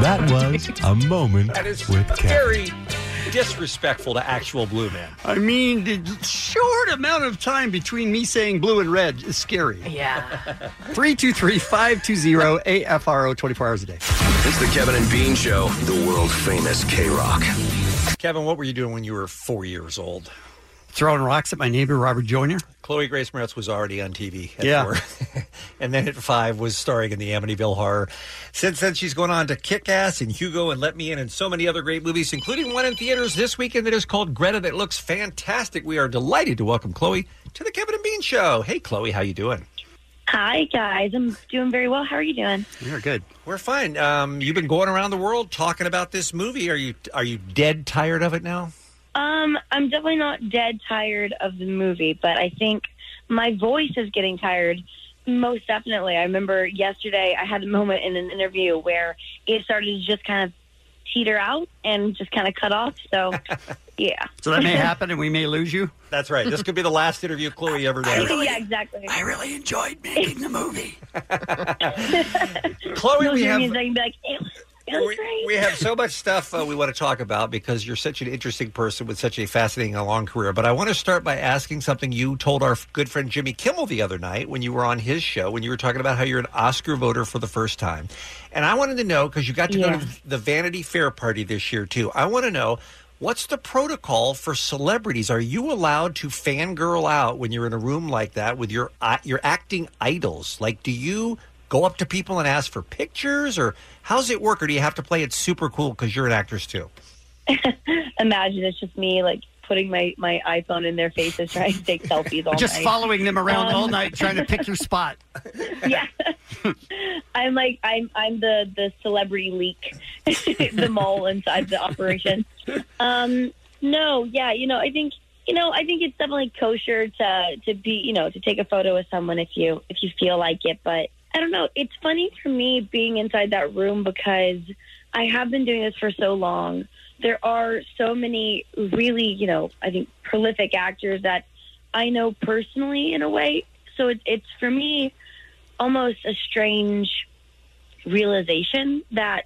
S8: That was a moment
S13: That is
S8: with Kevin.
S13: very disrespectful to actual blue man.
S15: I mean, the short amount of time between me saying blue and red is scary.
S16: Yeah.
S15: 323 520 AFRO 24 hours a day.
S31: It's the Kevin and Bean Show, the world famous K Rock.
S13: Kevin, what were you doing when you were four years old?
S15: Throwing rocks at my neighbor, Robert Joyner.
S13: Chloe Grace Moretz was already on TV at
S15: Yeah.
S13: four. and then at five was starring in the Amityville Horror. Since then, she's gone on to Kick Ass and Hugo and Let Me In and so many other great movies, including one in theaters this weekend that is called Greta that looks fantastic. We are delighted to welcome Chloe to the Kevin and Bean Show. Hey, Chloe, how you doing?
S29: Hi, guys. I'm doing very well. How are you doing?
S15: We're good.
S13: We're fine. Um, you've been going around the world talking about this movie. Are you are you dead tired of it now?
S29: Um, I'm definitely not dead tired of the movie, but I think my voice is getting tired. Most definitely. I remember yesterday I had a moment in an interview where it started to just kind of teeter out and just kind of cut off. So, yeah.
S15: So that may happen and we may lose you.
S13: That's right. This could be the last interview Chloe ever does.
S29: yeah, exactly. I
S15: really enjoyed making the movie.
S13: Chloe,
S29: You'll
S13: we
S29: hear
S13: have
S29: me
S15: Oh,
S29: in a second and be like, "It was
S13: we, we have so much stuff uh, we want to talk about because you're such an interesting person with such a fascinating and long career. But I want to start by asking something you told our f- good friend Jimmy Kimmel the other night when you were on his show, when you were talking about how you're an Oscar voter for the first time. And I wanted to know because you got to go
S4: Yeah.
S13: to th- the Vanity Fair party this year, too. I want to know what's the protocol for celebrities? Are you allowed to fangirl out when you're in a room like that with your, i- your acting idols? Like, do you go up to people and ask for pictures or how's it work or do you have to play it super cool because you're an actress too
S29: Imagine it's just me like putting my, my iPhone in their faces trying to take selfies all
S15: Just
S29: night.
S15: following them around
S29: Um,
S15: all night, trying to pick your spot.
S29: I'm like I'm I'm the the celebrity leak, the mole inside the operation. Um, no, yeah, you know, I think you know, I think it's definitely kosher to to be you know to take a photo with someone if you if you feel like it. But I don't know. It's funny for me being inside that room because I have been doing this for so long. There are so many really you know I think prolific actors that I know personally in a way. So it's it's for me almost a strange realization that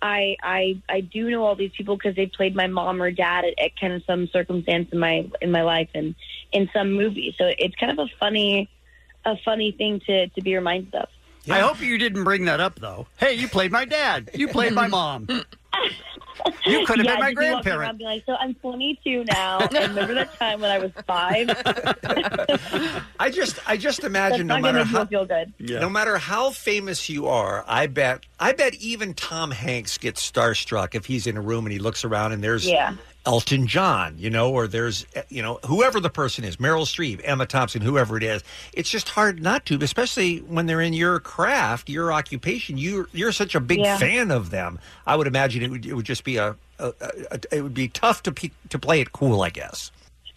S29: I I I do know all these people because they played my mom or dad at, at kind of some circumstance in my in my life and in some movie. So it's kind of a funny a funny thing to to be reminded of.
S15: I hope you didn't bring that up, though. Hey, you played my dad. You played my mom. You could
S29: Yeah, just
S15: have been my
S29: be walking
S15: grandparent.
S29: around being Like, so I'm 22 now. and remember that time when I was five?
S13: i just i just imagine no
S29: That's not
S13: matter
S29: gonna
S13: how
S29: feel good.
S13: no matter how famous you are i bet i bet even tom hanks gets starstruck if he's in a room and he looks around and there's
S29: Yeah.
S13: elton john you know or there's eh, you know whoever the person is meryl streep emma thompson whoever it is it's just hard not to especially when they're in your craft your occupation you're you're such a big
S29: Yeah.
S13: fan of them i would imagine it would, it would just be a, a, a, a it would be tough to pe- to play it cool i guess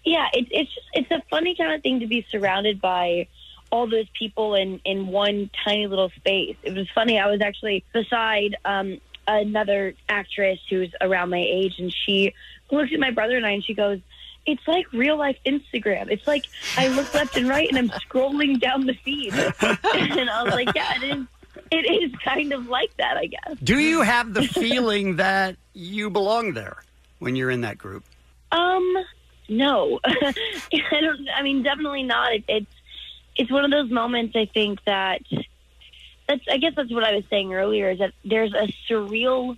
S29: yeah it, it's just it's a funny kind of thing to be surrounded by all those people in in one tiny little space it was funny i was actually beside um another actress who's around my age and she looks at my brother and i and she goes it's like real life instagram it's like i look left and right and i'm scrolling down the feed and i was like yeah it is it is kind of like that i guess
S15: Do you have the feeling that you belong there when you're in that group?
S29: Um, no, I don't. I mean, definitely not. It, it's it's one of those moments. I think that that's. I guess that's what I was saying earlier. Is that there's a surreal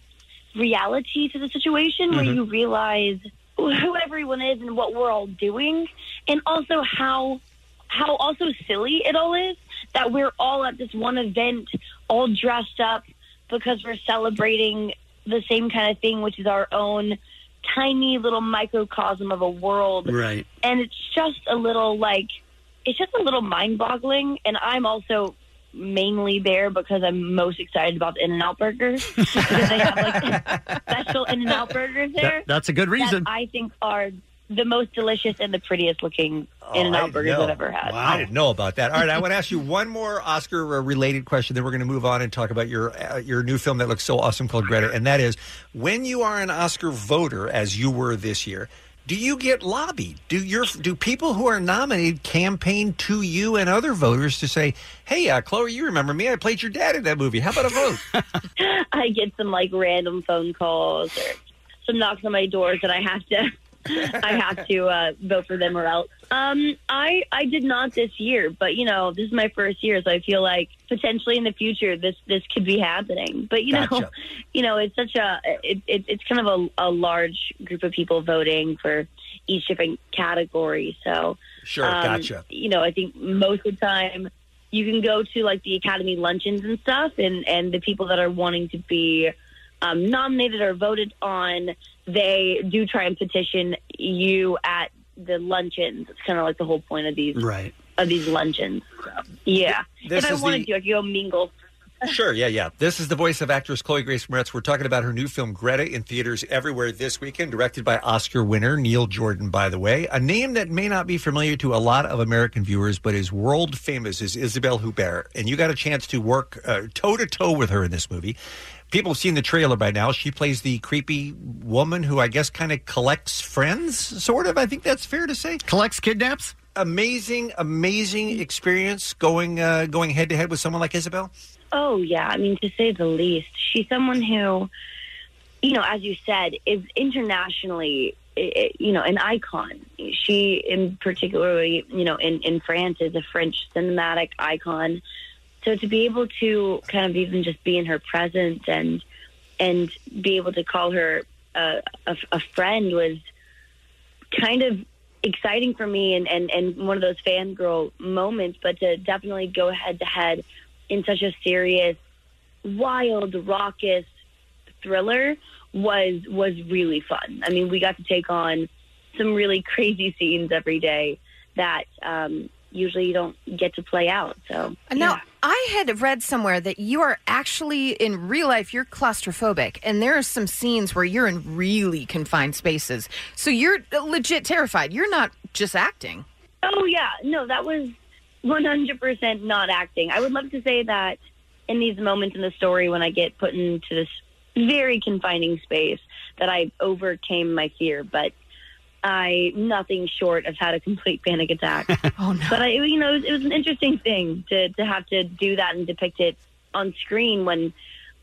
S29: reality to the situation where
S19: Mhm.
S29: you realize who everyone is and what we're all doing, and also how how also silly it all is that we're all at this one event, all dressed up because we're celebrating the same kind of thing, which is our own tiny little microcosm of a world.
S15: Right.
S29: And it's just a little like, it's just a little mind boggling. And I'm also mainly there because I'm most excited about the In N Out burgers because they have like special In N Out burgers
S15: That-
S29: there.
S15: that's a good reason.
S29: That I think are the most delicious and the prettiest looking In N
S13: Oh, I
S29: Out
S13: didn't
S29: burgers
S13: know.
S29: I've ever had.
S13: I didn't know about that. All right, I want to ask you one more Oscar-related question. Then we're going to move on and talk about your uh, your new film that looks so awesome called Greta. And that is, when you are an Oscar voter, as you were this year, do you get lobbied? Do your do people who are nominated campaign to you and other voters to say, "Hey, uh, Chloe, you remember me? I played your dad in that movie. How about a vote?"
S29: I get some like random phone calls or some knocks on my doors that I have to I have to uh, vote for them or else. Um, I I did not this year, but you know this is my first year, so I feel like potentially in the future this this could be happening. But you know,
S9: Gotcha.
S29: you know it's such a it, it, it's kind of a, a large group of people voting for each different category. So
S13: Sure, gotcha.
S29: Um, You know, I think most of the time you can go to like the academy luncheons and stuff and and the people that are wanting to be um, nominated or voted on they do try and petition you at the luncheons it's kind of like the whole point of these
S15: Right.
S29: of these luncheons so, yeah
S13: This
S29: if i
S13: is
S29: wanted
S13: the-
S29: to i could go mingle
S13: Sure, yeah, yeah. This is the voice of actress Chloe Grace Moretz. We're talking about her new film Greta in theaters everywhere this weekend, directed by Oscar winner Neil Jordan, by the way. A name that may not be familiar to a lot of American viewers, but is world famous is Isabelle Huppert. And you got a chance to work toe to toe with her in this movie. People have seen the trailer by now. She plays the creepy woman who I guess kind of collects friends, sort of. I think that's fair to say.
S15: Collects kidnaps.
S13: Amazing, amazing experience going uh, going head to head with someone like Isabel.
S29: oh yeah i mean to say the least she's someone who, you know, as you said, is internationally, i- i- you know, an icon. She, in particularly, you know, in, in France, is a French cinematic icon. So to be able to kind of even just be in her presence and and be able to call her uh, a, a friend was kind of exciting for me and, and, and one of those fangirl moments, but to definitely go head to head in such a serious, wild, raucous thriller was was really fun. I mean, we got to take on some really crazy scenes every day that um, usually you don't get to play out. So
S16: Now, Uh, I had read somewhere that you are actually in real life you're claustrophobic, and there are some scenes where you're in really confined spaces. So you're legit terrified. You're not just acting.
S29: Oh yeah, no, that was one hundred percent not acting. I would love to say that in these moments in the story when I get put into this very confining space that I overcame my fear, but I nothing short of had a complete panic attack.
S16: oh no!
S29: But I, you know, it was, it was an interesting thing to to have to do that and depict it on screen when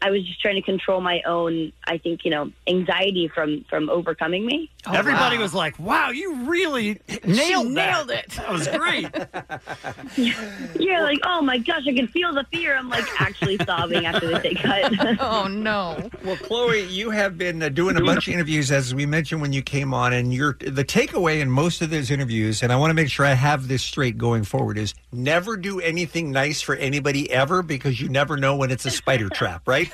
S29: I was just trying to control my own, I think, you know, anxiety from from overcoming me.
S15: Everybody was like, Oh, "Wow, you really nailed
S29: nailed
S15: that.
S29: it.
S15: That was great."
S29: Yeah, like, oh my gosh, I can feel the fear. I'm like actually sobbing after the take cut.
S16: oh no!
S13: Well, Chloe, you have been uh, doing a bunch of interviews, as we mentioned when you came on, and your the takeaway in most of those interviews, and I want to make sure I have this straight going forward, is never do anything nice for anybody ever because you never know when it's a spider trap, right?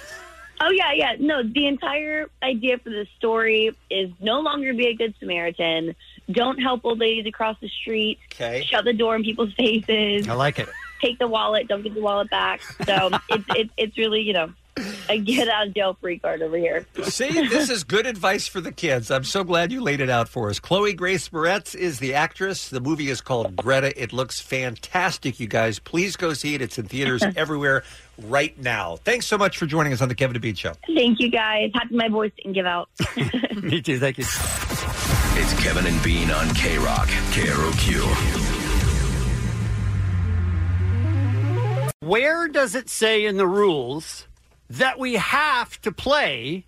S29: Oh yeah, yeah. No, the entire idea for this story is no longer be a good Samaritan. Don't help old ladies across the street.
S13: Okay.
S29: Shut the door in people's faces.
S15: I like it.
S29: Take the wallet. Don't give the wallet back. So it's it's it's really you know a get out of jail free card over here.
S13: See, this is good advice for the kids. I'm so glad you laid it out for us. Chloe Grace Moretz is the actress. The movie is called Greta. It looks fantastic, you guys. Please go see it. It's in theaters everywhere right now. Thanks so much for joining us on the Kevin DeBeat Show.
S29: Thank you guys. Happy my voice didn't give out.
S15: Me too. Thank you.
S20: It's Kevin and Bean on K Rock, K R O Q.
S15: Where does it say in the rules that we have to play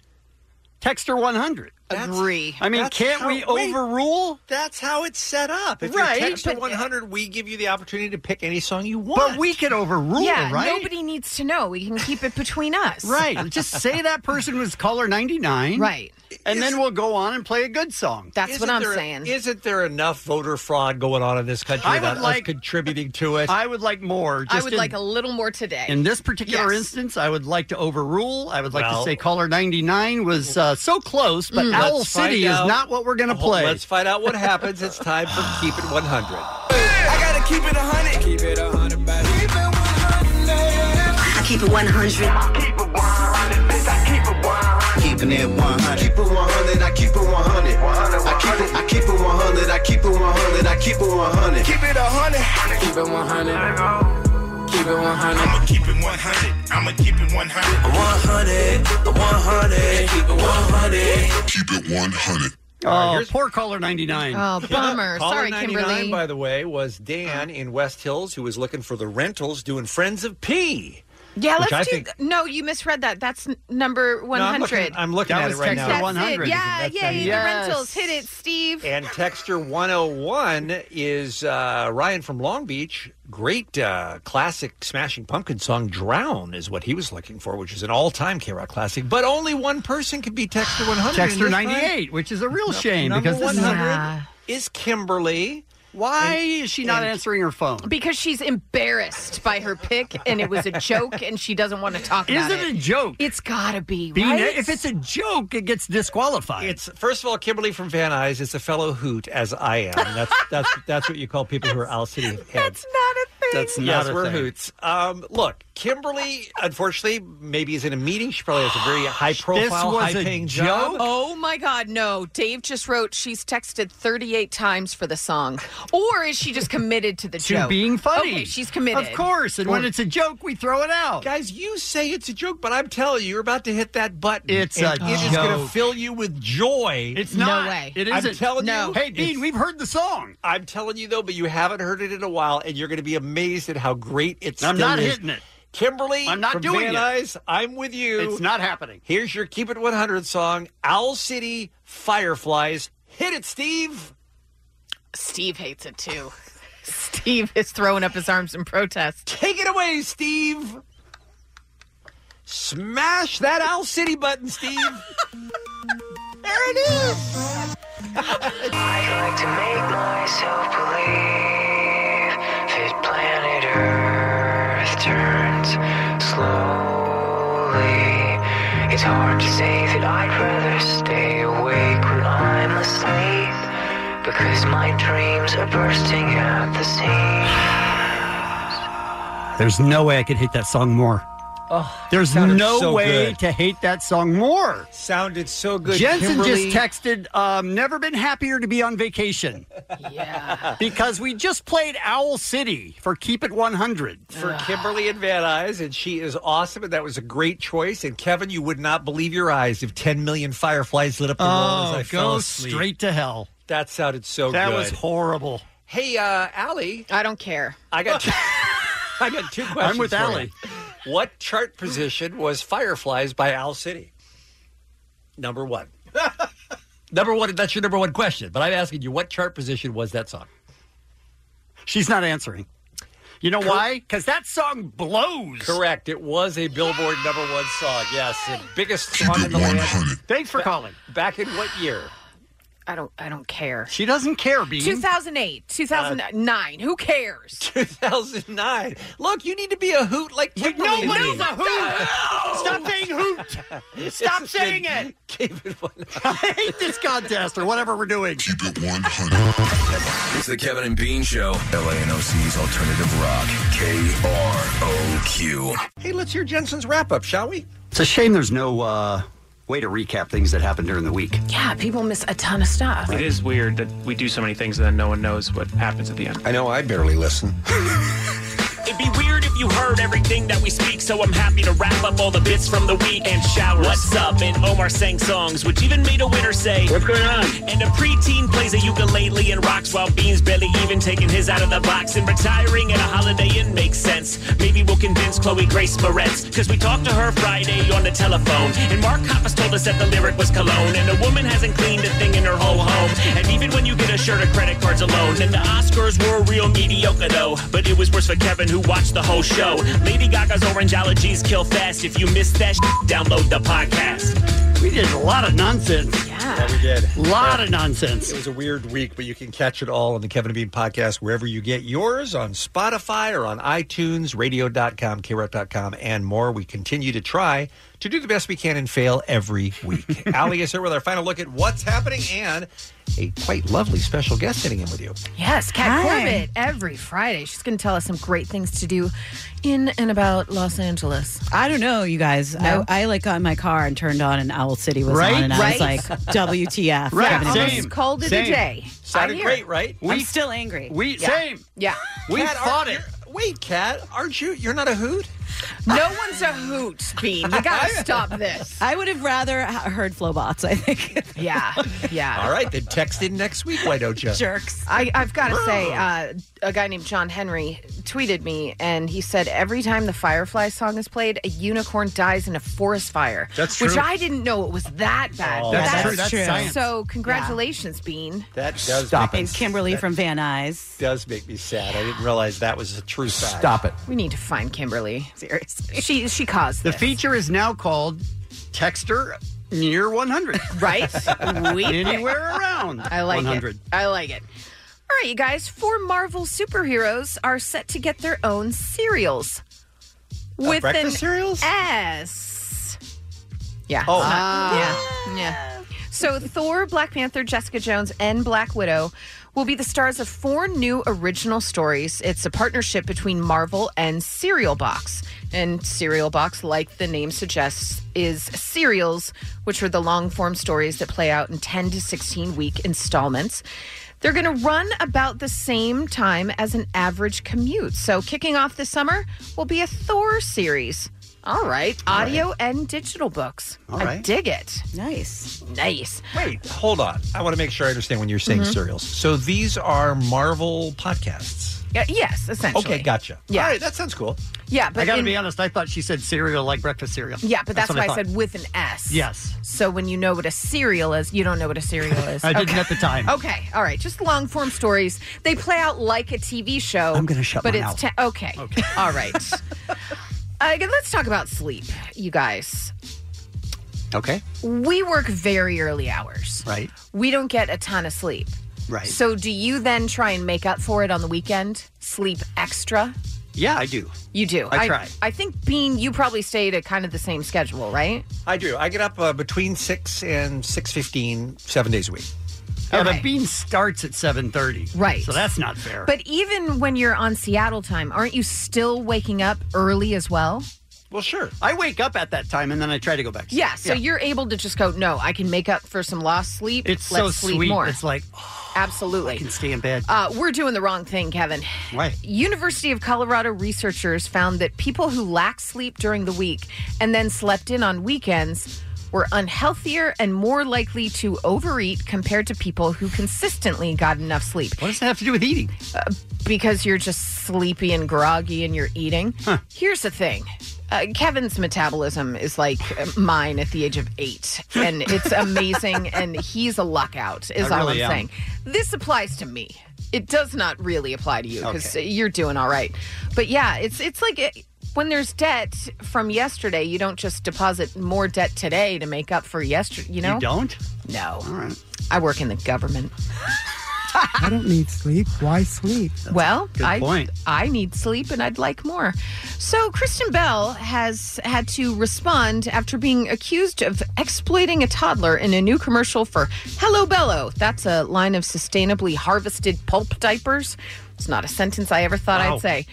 S15: Texter 100?
S16: Agree.
S15: I mean, can't we overrule?
S13: That's how it's set up. If
S15: Right,
S13: you're Texter
S15: but-
S13: 100, we give you the opportunity to pick any song you want.
S15: But we can overrule,
S16: yeah,
S15: right?
S16: nobody needs to know. We can keep it between us.
S15: Right. Just say that person was caller 99.
S16: Right.
S15: And then we'll go on and play a good song.
S16: That's
S13: Isn't there- Isn't there enough voter fraud going on in this country
S15: I would
S13: without us
S15: like-
S13: contributing to it?
S15: I would like more. Just
S16: I would
S15: in,
S16: like a little more today.
S15: in this particular
S16: Yes.
S15: instance, I would like to overrule. I would like
S13: Well-
S15: to say caller 99 was uh, so close, but
S13: Mm.
S15: Owl
S13: Let's find
S15: City is
S13: out.
S15: not what we're going to
S13: Hold-
S15: play.
S13: Let's find out what happens. It's time for Keep It 100.
S8: I gotta keep it a hundred. Keep it a hundred, baby. Keep it one hundred. I keep it one hundred. Keeping it 100. Keep it 100. I keep it 100. I keep it. I keep it 100. I keep it 100. I keep it 100. Keep it 100. Keep it 100. Keep it 100. I'ma keep it 100. I'ma keep it 100. 100. 100. Keep it 100. Keep it 100.
S15: Oh, poor caller 99.
S16: Oh, bummer.
S13: Caller
S16: Sorry,
S13: 99,
S16: Kimberly.
S13: by the way, was Dan in West Hills who was looking for the rentals doing Friends of P.
S16: Yeah,
S13: Which
S16: let's
S13: I
S16: do.
S13: think-
S16: th- no, you misread that. That's n- number one
S13: No, I'm
S16: hundred.
S13: looking- I'm looking That at it was right Texter now.
S16: That's
S13: 100,
S16: It. Yeah,
S13: isn't it? That's how
S16: yay!
S13: you-
S16: The
S13: Yes.
S16: rentals hit it, Steve.
S13: And Texture 101 is uh, Ryan from Long Beach. Great uh, classic Smashing Pumpkin song, Drown, is what he was looking for, which is an all time K Rock classic. But only one person could be Texture 100.
S15: Texter
S13: And this time-
S15: 98, which is a real
S13: No,
S15: shame
S13: number
S15: because this
S13: 100
S15: is
S13: is Kimberly.
S15: Why is she not answering her phone?
S16: Because she's embarrassed by her pick, and it was a joke, and she doesn't want to talk
S15: Is
S16: about it.
S15: it a joke?
S16: It's gotta be,
S15: Being-
S16: right?
S15: If it's a joke, it gets disqualified.
S13: It's first of all, Kimberly from Van Nuys is a fellow hoot, as I am. That's that's that's what you call people who are Owl City heads. That's
S16: not a thing.
S13: That's
S15: not
S13: yes,
S15: a
S13: we're
S15: thing.
S13: hoots. Um, look, Kimberly, unfortunately, maybe is in a meeting. She probably has a very high profile, high paying job.
S16: Oh my God, no. Dave just wrote she's texted 38 times for the song. Or is she just committed to the
S15: to
S16: joke?
S15: being funny.
S16: Okay, she's committed.
S15: Of course. And when it's a joke, we throw it out.
S13: Guys, you say it's a joke, but I'm telling you, you're about to hit that button.
S15: It's
S13: and
S15: a
S13: It is going to
S15: joke.
S13: fill you with joy.
S15: It's No not. way. It
S13: I'm
S15: isn't.
S13: telling
S15: No.
S13: you.
S15: Hey, Dean, we've heard the song.
S13: I'm telling you though, but you haven't heard it in a while, and you're going to be amazed at how great it's.
S15: I'm
S13: still
S15: not
S13: is.
S15: hitting it.
S13: Kimberly,
S15: I'm not
S13: from
S15: doing
S13: Van
S15: it.
S13: Nuys, I'm with you.
S15: It's not happening.
S13: Here's your Keep It 100 song, Owl City Fireflies. Hit it, Steve.
S16: Steve hates it too. Steve is throwing up his arms in protest.
S13: Take it away, Steve. Smash that Owl City button, Steve.
S8: There it is. I like to make myself believe that planet Earth turns slowly. It's hard to say that I'd rather stay awake when I'm asleep because my dreams are bursting at the seams.
S15: There's no way I could hate that song more.
S13: Oh,
S15: There's
S13: sounded
S15: no
S13: so
S15: way
S13: good.
S15: to hate that song more.
S13: Sounded so good.
S15: Jensen
S13: Kimberly.
S15: just texted, um, never been happier to be on vacation. yeah. Because we just played Owl City for Keep It 100.
S13: for Kimberly and Van Eyes, and she is awesome, and that was a great choice. And Kevin, you would not believe your eyes if 10 million fireflies lit up the world as I
S15: Oh, go
S13: fell asleep.
S15: straight to hell.
S13: That sounded so
S15: that
S13: good.
S15: was horrible.
S13: Hey, uh, Allie.
S16: I don't care.
S13: I got two, I got two questions.
S15: with
S13: for you.
S15: Allie.
S13: What chart position was Fireflies by Owl City? Number one. number one. That's your number one question. But I'm asking you, what chart position was that song?
S15: She's not answering. You know why? Because that song blows.
S13: Correct. It was a Billboard number one song. Yes, the biggest song in the land.
S15: Thanks for calling.
S13: Back in what year?
S16: I don't. I don't care.
S15: She doesn't care, B.
S16: 2008, 2009. Who cares?
S13: 2009. Look, you need to be a hoot like Kimberly.
S8: nobody
S13: is.
S8: is a hoot.
S15: Stop being hoot. Stop saying it.
S13: Keep it 100.
S15: I hate this contest or whatever we're doing. Keep it 100.
S32: It's the Kevin and Bean Show, LANOC's alternative rock, KROQ.
S13: Hey, let's hear Jensen's wrap up, shall we?
S15: It's a shame there's no uh, way to recap things that happened during the week.
S16: Yeah, people miss a ton of stuff.
S22: It is weird that we do so many things and then no one knows what happens at the end.
S13: I know I barely listen.
S19: It'd be weird if you heard everything that we speak, so I'm happy to wrap up all the bits from the week and shower. What's up? And Omar sang songs, which even made a winner say, What's going on? And a preteen plays a ukulele and rocks while Bean's barely even taking his out of the box. And retiring at a holiday inn makes sense. Maybe we'll convince Chloe Grace Moretz, because we talked to her Friday on the telephone. And Mark Hoppus told us that the lyric was cologne, and a woman hasn't cleaned a thing in her whole home. And even when you get a shirt or credit cards alone, and the Oscars were real mediocre though, but it was worse for Kevin who watched the whole show. Lady Gaga's orange allergies kill fast. If you missed that, sh- download the podcast.
S15: We did a lot of nonsense.
S13: Yeah, we did.
S15: A lot of nonsense.
S13: It was a weird week, but you can catch it all on the Kevin and Bean podcast wherever you get yours on Spotify or on iTunes, radio.com, krock.com, and more. We continue to try to do the best we can and fail every week. Ali is here with our final look at what's happening and a quite lovely special guest sitting in with you.
S16: Yes, Kat
S13: Hi.
S16: Corbett every Friday. She's going to tell us some great things to do in and about Los Angeles.
S9: I don't know, you guys.
S16: No?
S9: I, I like got in my car and turned on, and Owl City was
S16: Right?
S9: on, and
S16: Right?
S9: I was like, "WTF?"
S16: Right,
S9: Kevin
S16: same.
S9: and Bean.
S16: Almost called it a Same. day. Sounded I'm here. great, right?
S9: I'm
S16: We-
S9: still angry.
S16: We- Yeah. same. Yeah. We fought it.
S13: Wait, Kat, aren't you? You're not a hoot.
S16: No one's a hoot, Bean. You got to stop this.
S9: I would have rather h- heard Flowbots. I think.
S16: Yeah. Yeah.
S13: All right, then text in next week. Why don't you?
S9: Jerks.
S16: I, I've got to say, uh, a guy named John Henry tweeted me, and he said every time the Firefly song is played, a unicorn dies in a forest fire.
S13: That's
S16: Which
S13: true.
S16: I didn't know it was that bad.
S9: Oh,
S16: but
S9: that's true. That's science.
S16: So congratulations, Bean.
S13: That does
S9: Stop
S13: make
S9: it.
S13: me-
S9: And Kimberly
S13: that
S9: from Van Nuys.
S13: does make me sad. I didn't realize that was a true fact.
S15: Stop it.
S16: We need to find Kimberly. Seriously, she she caused
S15: The
S16: this.
S15: feature is now called Texter Near 100.
S16: right? We pick.
S15: Anywhere around.
S16: I like
S15: 100.
S16: it. I like it. All right, you guys. Four Marvel superheroes are set to get their own cereals
S8: Uh,
S16: with an
S8: breakfast
S16: cereals? S. Yeah. Uh,
S8: Oh.
S3: Ah.
S16: yeah. Yeah. So Thor, Black Panther, Jessica Jones, and Black Widow will be the stars of four new original stories. It's a partnership between Marvel and Cereal Box. And Cereal Box, like the name suggests, is serials, which are the long form stories that play out in 10 to 16 week installments. They're going to run about the same time as an average commute. So, kicking off this summer will be a Thor series. All right. Audio and digital books.
S13: All
S16: I
S13: right.
S16: dig it.
S9: Nice.
S16: Nice. Mm-hmm.
S13: Wait, hold on. I want to make sure I understand when you're saying
S16: Mhm.
S13: serials. So these are Marvel podcasts.
S16: Yeah, yes, essentially.
S15: Okay, gotcha.
S16: Yeah.
S15: All right, that sounds cool.
S16: Yeah, but
S15: I got to
S16: in-
S15: be honest. I thought she said cereal like breakfast cereal.
S16: Yeah, but that's,
S15: what
S16: why I,
S15: thought.
S16: said with an S.
S15: Yes.
S16: So when you know what a cereal is, you don't know what a cereal is.
S15: I didn't
S16: Okay.
S15: at the time.
S16: Okay, all right. Just long form stories. They play out like a TV show.
S15: I'm gonna shut
S16: But
S15: mine
S16: it's
S15: out.
S16: te- okay. Okay. All right. uh, let's talk about sleep, you guys.
S15: Okay.
S16: We work very early hours.
S15: Right.
S16: We don't get a ton of sleep.
S15: Right.
S16: So do you then try and make up for it on the weekend? Sleep extra?
S15: yeah, I do.
S16: You do.
S15: I try.
S16: I think Bean, you probably stayed at kind of the same schedule, right?
S13: I do. I get up uh, between six and six fifteen, seven days a week.
S15: Yeah, but Bean starts at seven thirty.
S16: Right.
S15: So that's not fair.
S16: But even when you're on Seattle time, aren't you still waking up early as well?
S15: well, sure. I wake up at that time and then I try to go back. to
S16: Yeah,
S15: sleep.
S16: so you're able to just go, no, I can make up for some lost sleep.
S15: It's
S16: Let's
S15: so
S16: sleep
S15: sweet.
S16: more.
S15: It's like "Oh,
S16: Absolutely.
S15: can stay in bed.
S16: Uh, we're doing the wrong thing, Kevin.
S15: Why?
S16: University of Colorado researchers found that people who lacked sleep during the week and then slept in on weekends were unhealthier and more likely to overeat compared to people who consistently got enough sleep. What
S15: does that have to do with eating?
S16: Uh, because you're just sleepy and groggy and you're eating. Here's the thing. Uh, Kevin's metabolism is like uh, mine at the age of eight, and it's amazing. and he's a luck out, is
S1: I
S16: all
S1: really
S16: I'm
S1: am.
S16: saying. This applies to me. It does not really apply to you because you're doing all right. But yeah, it's it's like it, when there's debt from yesterday, you don't just deposit more debt today to make up for yesterday. You know,
S15: You don't?
S16: No.
S15: All right.
S16: I work in the government.
S6: I don't need sleep. Why sleep?
S16: well,
S6: good
S16: I
S6: point.
S16: I need sleep and I'd like more. So Kristen Bell has had to respond after being accused of exploiting a toddler in a new commercial for Hello Bello. That's a line of sustainably harvested pulp diapers. It's not a sentence I ever thought
S1: Wow.
S16: I'd say.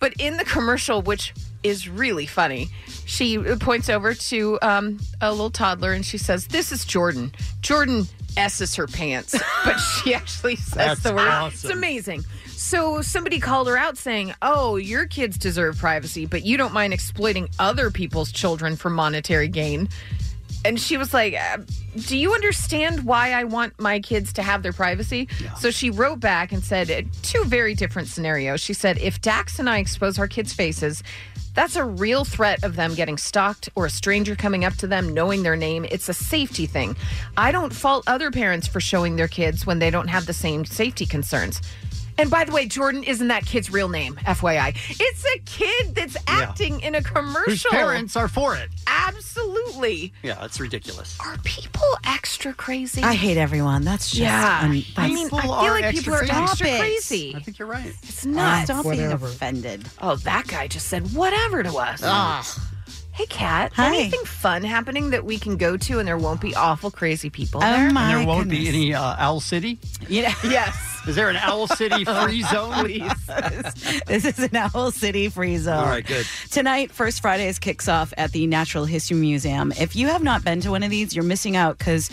S16: But in the commercial, which is really funny, she points over to um, a little toddler and she says, This is Jordan. Jordan S's her pants. But she actually says
S1: That's
S16: the word.
S1: awesome.
S16: It's amazing. So somebody called her out saying, Oh, your kids deserve privacy, but you don't mind exploiting other people's children for monetary gain. And she was like, uh, Do you understand why I want my kids to have their privacy? So she wrote back and said, uh, Two very different scenarios. She said, If Dax and I expose our kids' faces, that's a real threat of them getting stalked or a stranger coming up to them knowing their name. It's a safety thing. I don't fault other parents for showing their kids when they don't have the same safety concerns. And by the way, Jordan isn't that kid's real name, FYI. It's a kid that's acting in a commercial.
S15: Whose parents are for it?
S16: Absolutely.
S15: Yeah, it's ridiculous.
S16: People extra crazy.
S9: I hate everyone. That's just
S16: Yeah.
S9: un-
S16: I
S9: that's-
S16: mean, I feel like people are extra crazy.
S15: I think you're right.
S16: It's not.
S9: Stop being offended.
S16: Oh, that guy just said whatever to us.
S9: Ugh.
S16: Hey, Kat.
S9: Hi.
S16: Anything fun happening that we can go to and there won't be awful crazy people
S15: Oh,
S16: there?
S15: and there won't be any uh, Owl City?
S16: Yeah. Yes.
S15: Is there an Owl City free zone?
S9: this is an Owl City free zone.
S15: All right, good.
S9: Tonight, First Fridays kicks off at the Natural History Museum. If you have not been to one of these, you're missing out because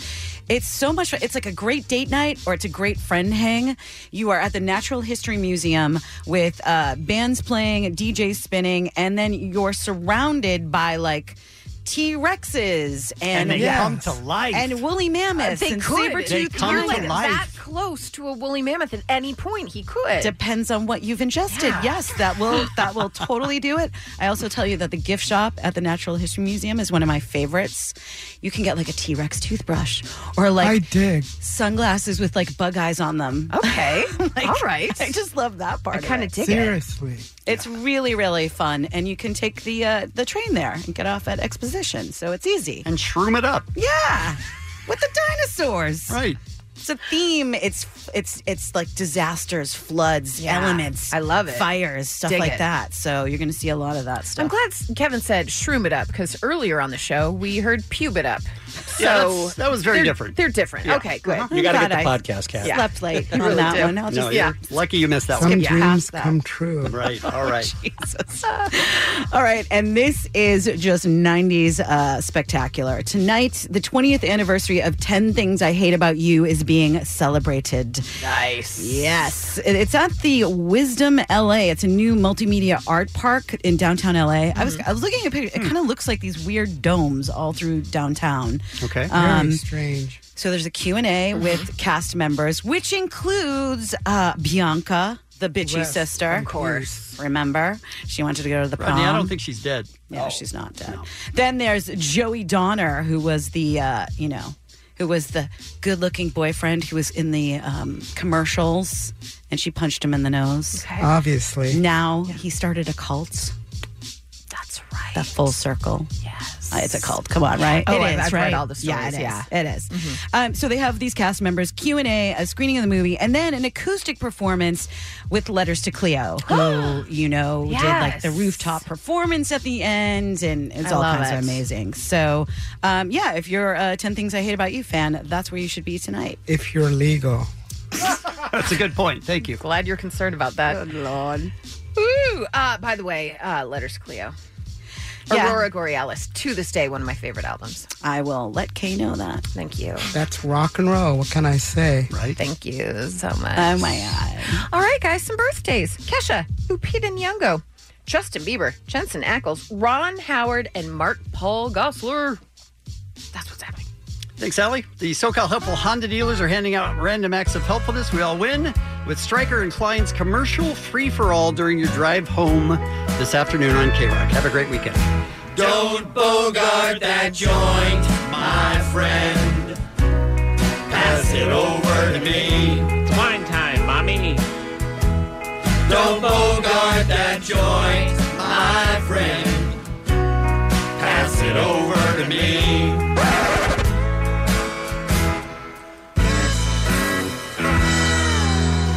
S9: it's so much fun. It's like a great date night or it's a great friend hang. You are at the Natural History Museum with uh, bands playing, DJs spinning, and then you're surrounded by like. T Rexes
S15: And
S9: and
S15: they Yes. come to life.
S9: and woolly
S16: Uh,
S9: mammoths
S16: they
S9: and
S16: could.
S9: saber
S15: They
S9: toothed
S15: come
S9: You're
S15: to
S9: like
S15: life.
S16: That close to a woolly mammoth at any point, he could.
S9: Depends on what you've ingested.
S16: Yeah.
S9: Yes, that will that will totally do it. I also tell you that the gift shop at the Natural History Museum is one of my favorites. You can get like a T Rex toothbrush or like
S6: I dig.
S9: sunglasses with like bug eyes on them.
S16: Okay,
S9: all right. I just love that part. I kind of
S6: Seriously.
S9: It's really really fun, and you can take the uh, the train there and get off at Exposition, so it's easy.
S15: And shroom it up.
S9: Yeah, with the dinosaurs.
S15: Right.
S9: It's a theme. It's it's it's like disasters, floods,
S16: Yeah.
S9: elements.
S16: I love it.
S9: Fires, stuff
S16: Dig
S9: like
S16: it.
S9: that. So you're going to see a lot of that
S16: I'm
S9: stuff.
S16: glad s- Kevin said shroom it up because earlier on the show we heard pube it up.
S15: Yeah,
S16: So
S15: that's- that was very
S16: they're-
S15: different.
S16: They're different.
S15: Yeah. Uh-huh.
S16: Okay, good.
S15: You gotta get
S16: Glad
S15: the
S16: I
S15: podcast, Kat.
S9: Slept late
S16: You
S9: on
S16: really
S9: that
S16: do.
S9: one. I'll
S15: no,
S9: just
S15: you're lucky you missed that
S6: Some
S15: one.
S6: dreams come true.
S15: Right. All right.
S9: All right, and this is just 90s uh, spectacular. Tonight, the 20th anniversary of 10 Things I Hate About You is being celebrated.
S16: Nice.
S9: Yes. It- It's at the Wisdom LA. It's a new multimedia art park in downtown LA. I
S15: Mm-hmm.
S9: was I was looking at
S15: Hmm.
S9: pictures. It kind of looks like these weird domes all through downtown.
S15: Okay.
S6: Very strange.
S15: Mm-hmm.
S9: So there's a Q&A with cast members, which includes uh, Bianca, the bitchy
S15: Rest
S9: sister. Of course. Remember? She wanted to go to the prom.
S15: Rodney, I don't think she's dead.
S9: Yeah, she's not dead. Then there's Joey Donner, who was the, uh, you know, who was the good looking boyfriend who was in the um, commercials and she punched him in the nose.
S11: Obviously.
S9: Now he started a cult. That's right. The full circle. Uh, Yes. it's a cult. Come on, right?
S16: Oh,
S9: It
S16: I've-
S9: is,
S16: I've read all the
S9: Yeah,
S16: stories,
S9: it is.
S16: yeah. Mm-hmm.
S9: It is. Um, so they have these cast members, Q&A, a screening of the movie, and then an acoustic performance with Letters to Cleo, who, you know, did like the
S16: Yes.
S9: rooftop performance at the end, and it's
S16: I
S9: all
S16: love
S9: kinds of
S16: it.
S9: amazing. So, um, yeah, if you're a 10 Things I Hate About You fan, that's where you should be tonight.
S11: If you're legal.
S15: That's a good point. Thank you.
S16: Glad you're concerned about that. Good
S9: lord.
S16: Ooh. Uh, by the way, uh, letters Cleo.
S9: Yeah.
S16: Aurora Borealis, to this day, one of my favorite albums.
S9: I will let Kay know that.
S16: Thank you.
S11: That's rock and roll. What can I say?
S15: Right.
S16: Thank you so much.
S9: Oh my god.
S16: All right, guys, some birthdays. Kesha, Lupita Nyong'o, Justin Bieber, Jensen Ackles, Ron Howard, and Mark Paul Gossler.
S15: Thanks, Allie. The SoCal Helpful Honda dealers are handing out random acts of helpfulness. We all win with Stryker and Klein's commercial free for all during your drive home this afternoon on K Rock. Have a great weekend.
S8: Don't bogart that joint, my friend. Pass it over to me. Wine time, mommy. Don't bogart that joint, my friend. Pass it over to me.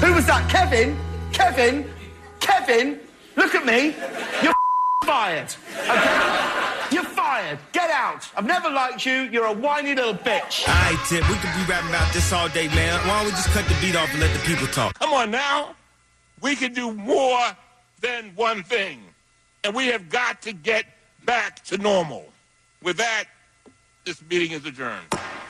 S6: Who was that? Kevin? Kevin? Kevin? Look at me. You're fired. Okay? You're fired. Get out. I've never liked you. You're a whiny little bitch.
S33: All right, Tip, we could be rapping about this all day, man. Why don't we just cut the beat off and let the people talk?
S19: Come on now. We can do more than one thing. And we have got to get back to normal. With that, this meeting is adjourned.